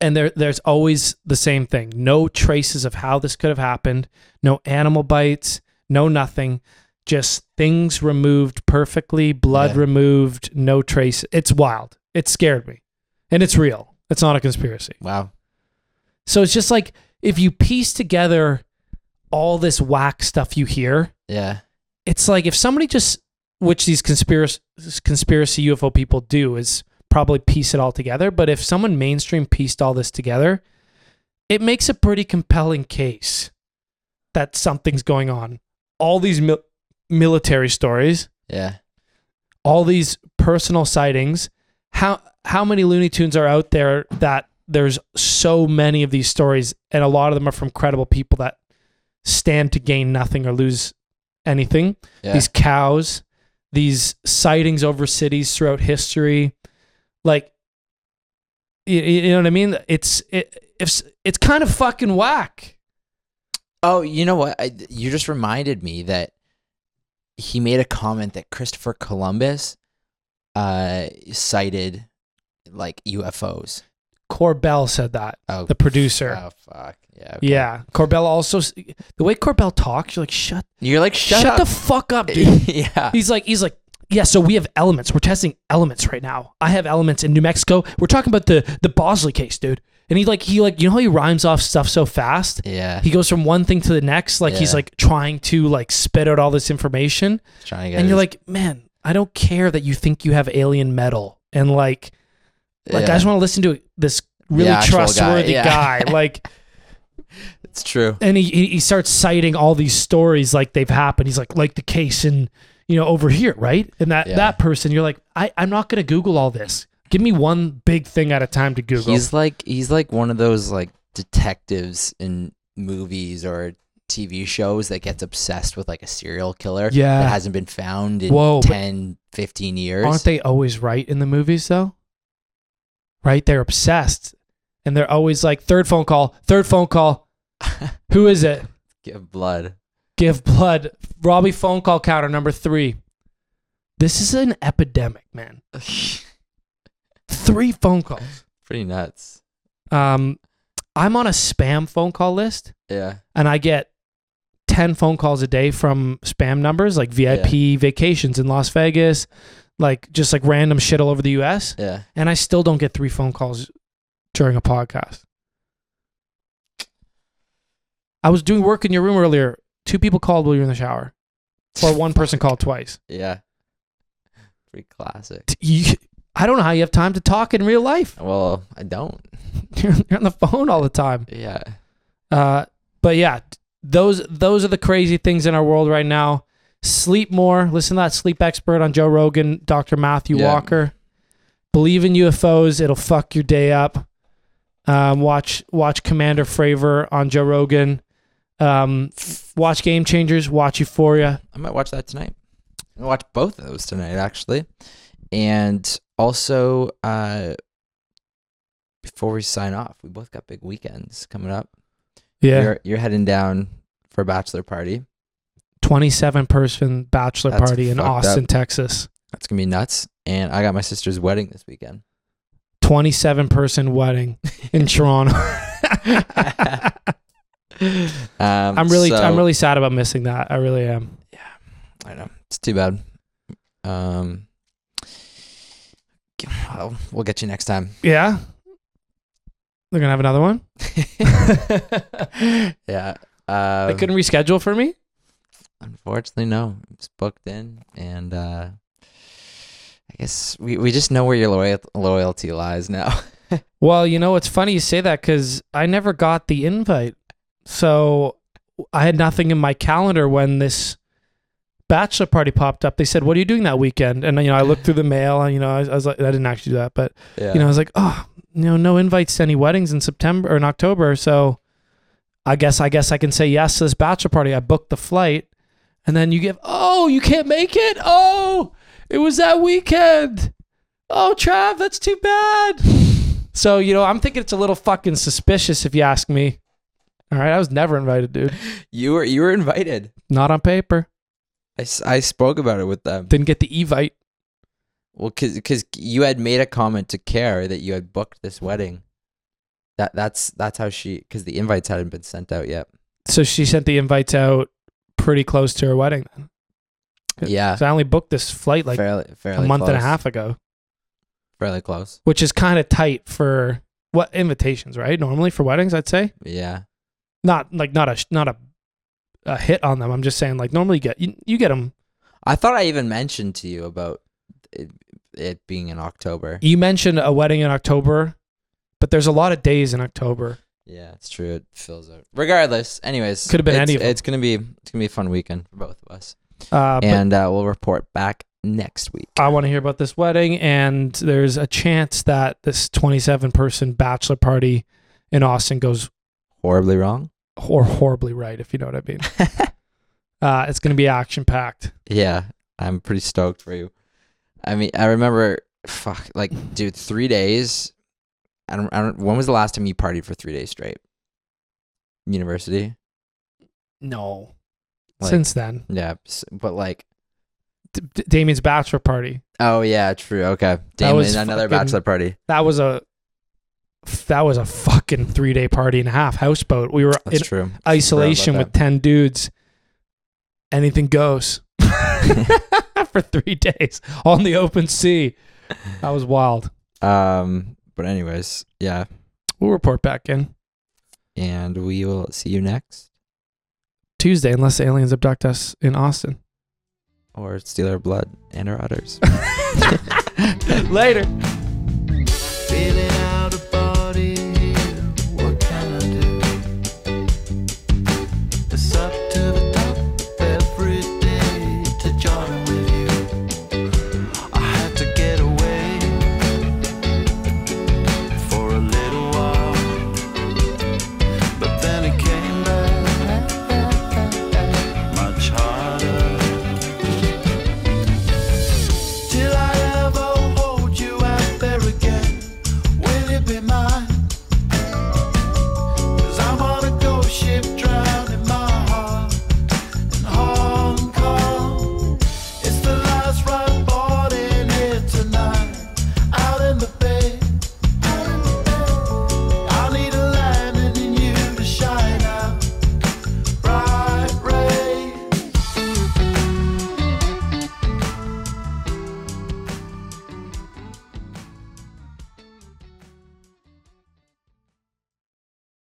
Speaker 4: And there there's always the same thing. No traces of how this could have happened. No animal bites, no nothing. just things removed perfectly, blood
Speaker 3: Yeah.
Speaker 4: removed, no trace. It's wild. It scared me. And it's real. It's not a conspiracy.
Speaker 3: Wow.
Speaker 4: So it's just like if you piece together all this whack stuff you hear,
Speaker 3: Yeah.
Speaker 4: it's like if somebody just which these conspiracy conspiracy UFO people do is probably piece it all together, but if someone mainstream pieced all this together, it makes a pretty compelling case that something's going on. All these mil- military stories,
Speaker 3: Yeah.
Speaker 4: all these personal sightings, how how many Looney Tunes are out there that there's so many of these stories and a lot of them are from credible people that stand to gain nothing or lose anything
Speaker 3: Yeah.
Speaker 4: these cows, these sightings over cities throughout history, like you, you know what I mean. It's it, it's it's kind of fucking whack.
Speaker 3: Oh, you know what? I, you just reminded me that he made a comment that Christopher Columbus uh, cited like UFOs.
Speaker 4: Corbell said that
Speaker 3: Oh,
Speaker 4: the producer.
Speaker 3: Oh fuck! Yeah. okay.
Speaker 4: Yeah, Corbell also s- the way Corbell talks, you're like shut
Speaker 3: You're like shut,
Speaker 4: shut,
Speaker 3: up.
Speaker 4: the fuck up, dude.
Speaker 3: [LAUGHS] yeah.
Speaker 4: he's like he's like yeah. So we have elements. We're testing elements right now. I have elements in New Mexico. We're talking about the the Bosley case, dude. And he like he like you know how he rhymes off stuff so fast.
Speaker 3: Yeah.
Speaker 4: he goes from one thing to the next like he's
Speaker 3: Yeah.
Speaker 4: like trying to like spit out all this information
Speaker 3: He's trying to get
Speaker 4: and
Speaker 3: his-
Speaker 4: you're like man i don't care that you think you have alien metal and like like i
Speaker 3: Yeah.
Speaker 4: just want to listen to this really
Speaker 3: Yeah, actual guy.
Speaker 4: trustworthy guy,
Speaker 3: [LAUGHS] Yeah.
Speaker 4: like
Speaker 3: it's true.
Speaker 4: and he he he starts citing all these stories like they've happened he's like like the case in you know over here right and that
Speaker 3: Yeah.
Speaker 4: that person you're like i i'm not gonna google all this give me one big thing at a time to google
Speaker 3: He's like he's like one of those like detectives in movies or TV shows that gets obsessed with like a serial killer
Speaker 4: Yeah.
Speaker 3: that hasn't been found in
Speaker 4: Whoa, but-
Speaker 3: 10, 15 years.
Speaker 4: Aren't they always right in the movies though? Right? They're obsessed. And they're always like, third phone call, third phone call. Who is it?
Speaker 3: Give blood. [LAUGHS]
Speaker 4: Give blood. Robbie phone call counter number three. This is an epidemic, man. Three phone calls.
Speaker 3: Pretty nuts.
Speaker 4: Um, I'm on a spam phone call list
Speaker 3: Yeah.
Speaker 4: and I get 10 phone calls a day from spam numbers like VIP vacations in Las Vegas, like just like random shit all over the US.
Speaker 3: Yeah.
Speaker 4: and I still don't get three phone calls during a podcast. I was doing work in your room earlier. Two people called while you were in the shower, or one person called
Speaker 3: [LAUGHS]
Speaker 4: twice.
Speaker 3: Yeah. Pretty classic.
Speaker 4: T- you- I don't know how you have time to talk in real life. [LAUGHS]
Speaker 3: Well, I don't.
Speaker 4: You're on the phone all the time.
Speaker 3: Yeah.
Speaker 4: Uh, but yeah, t- those those are the crazy things in our world right now. Sleep more. Listen to that sleep expert on Joe Rogan, Dr. Matthew
Speaker 3: Yeah.
Speaker 4: Walker. Believe in UFOs. It'll fuck your day up. Um, watch watch Commander Fravor on Joe Rogan. Um, watch Game Changers. Watch Euphoria.
Speaker 3: I might watch that tonight. I watch both of those tonight actually. And also uh before we sign off, we both got big weekends coming up. You're you're heading down for a bachelor party.
Speaker 4: twenty-seven person bachelor
Speaker 3: That's
Speaker 4: party in
Speaker 3: fucked up.
Speaker 4: Austin, Texas.
Speaker 3: That's gonna be nuts. And I got my sister's wedding this weekend.
Speaker 4: Twenty-seven person wedding
Speaker 3: [LAUGHS]
Speaker 4: in Toronto.
Speaker 3: Um,
Speaker 4: I'm really
Speaker 3: so-
Speaker 4: I'm really sad about missing that. I really am.
Speaker 3: I know it's too bad. Um, g- well, we'll get you
Speaker 4: [LAUGHS]
Speaker 3: next time. [LAUGHS]
Speaker 4: Yeah. They're gonna have another one.
Speaker 3: yeah. Um,
Speaker 4: they couldn't reschedule for me.
Speaker 3: Unfortunately, no. It's booked in, and uh, I guess we, we just know where your loyal, loyalty lies now. [LAUGHS]
Speaker 4: Well, you know, it's funny you say that because I never got the invite, so I had nothing in my calendar when this bachelor party popped up. They said, "What are you doing that weekend?" And you know, I looked through the mail, and you know, I, I was like, I didn't actually do that, but
Speaker 3: yeah.
Speaker 4: you know, I was like, oh, you know, no invites to any weddings in September or in October. So I guess I guess I can say yes to this bachelor party. I booked the flight. And then you give, oh, you can't make it? Oh, it was that weekend. Oh, Trav, that's too
Speaker 3: [LAUGHS]
Speaker 4: bad. So, you know, I'm thinking it's a little fucking suspicious if you ask me. All right, I was never invited, dude.
Speaker 3: [LAUGHS] you were you were invited.
Speaker 4: Not on paper.
Speaker 3: I, s- I spoke about it with them.
Speaker 4: Didn't get the evite.
Speaker 3: Well, cause, 'cause you had made a comment to Care that you had booked this wedding. That that's that's how she because the invites hadn't been sent out yet.
Speaker 4: So she sent the invites out pretty close to her wedding then. good.
Speaker 3: Yeah.
Speaker 4: 'Cause I only booked this flight like
Speaker 3: fairly, Uh, fairly
Speaker 4: a month and a
Speaker 3: close.
Speaker 4: half ago,
Speaker 3: Fairly close.
Speaker 4: which is kind of tight for what invitations, right? Normally for weddings, I'd say
Speaker 3: Yeah.
Speaker 4: not like not a sh- not a a hit on them. I'm just saying like normally you get you, you get them.
Speaker 3: I thought I even mentioned to you about it, it being in October.
Speaker 4: You mentioned a wedding in October, but there's a lot of days in October.
Speaker 3: Yeah, it's true. It fills out. Regardless, anyways,
Speaker 4: Could've been
Speaker 3: it's,
Speaker 4: any of 'em.
Speaker 3: It's gonna be it's gonna be a fun weekend for both of us,
Speaker 4: Uh, but
Speaker 3: and uh, we'll report back next week.
Speaker 4: I want to hear about this wedding, and there's a chance that this 27 person bachelor party in Austin goes [LAUGHS]
Speaker 3: Horribly wrong.
Speaker 4: hor- horribly right, if you know what I mean. uh, it's going to be action packed.
Speaker 3: Yeah, I'm pretty stoked for you. I mean, I remember, fuck, like, dude, three days. I don't, I don't. When was the last time you partied for three days straight? University.
Speaker 4: No.
Speaker 3: Like-
Speaker 4: Since then,
Speaker 3: Yeah, s- but like,
Speaker 4: D- D- Damien's bachelor party.
Speaker 3: oh yeah, true. Okay,
Speaker 4: That
Speaker 3: Damon,
Speaker 4: was
Speaker 3: another
Speaker 4: fucking-
Speaker 3: bachelor party.
Speaker 4: That was a that was a fucking three day party and a half houseboat. We were
Speaker 3: That's
Speaker 4: in
Speaker 3: true. Forgot about
Speaker 4: isolation
Speaker 3: that.
Speaker 4: with 10 dudes. Anything
Speaker 3: [LAUGHS]
Speaker 4: goes [LAUGHS] for three days on the open sea. That was wild.
Speaker 3: Um, but anyways, yeah,
Speaker 4: We'll report back in
Speaker 3: and we will see you next
Speaker 4: Tuesday unless the aliens abduct us in Austin.
Speaker 3: or steal our blood and our udders.
Speaker 4: Later.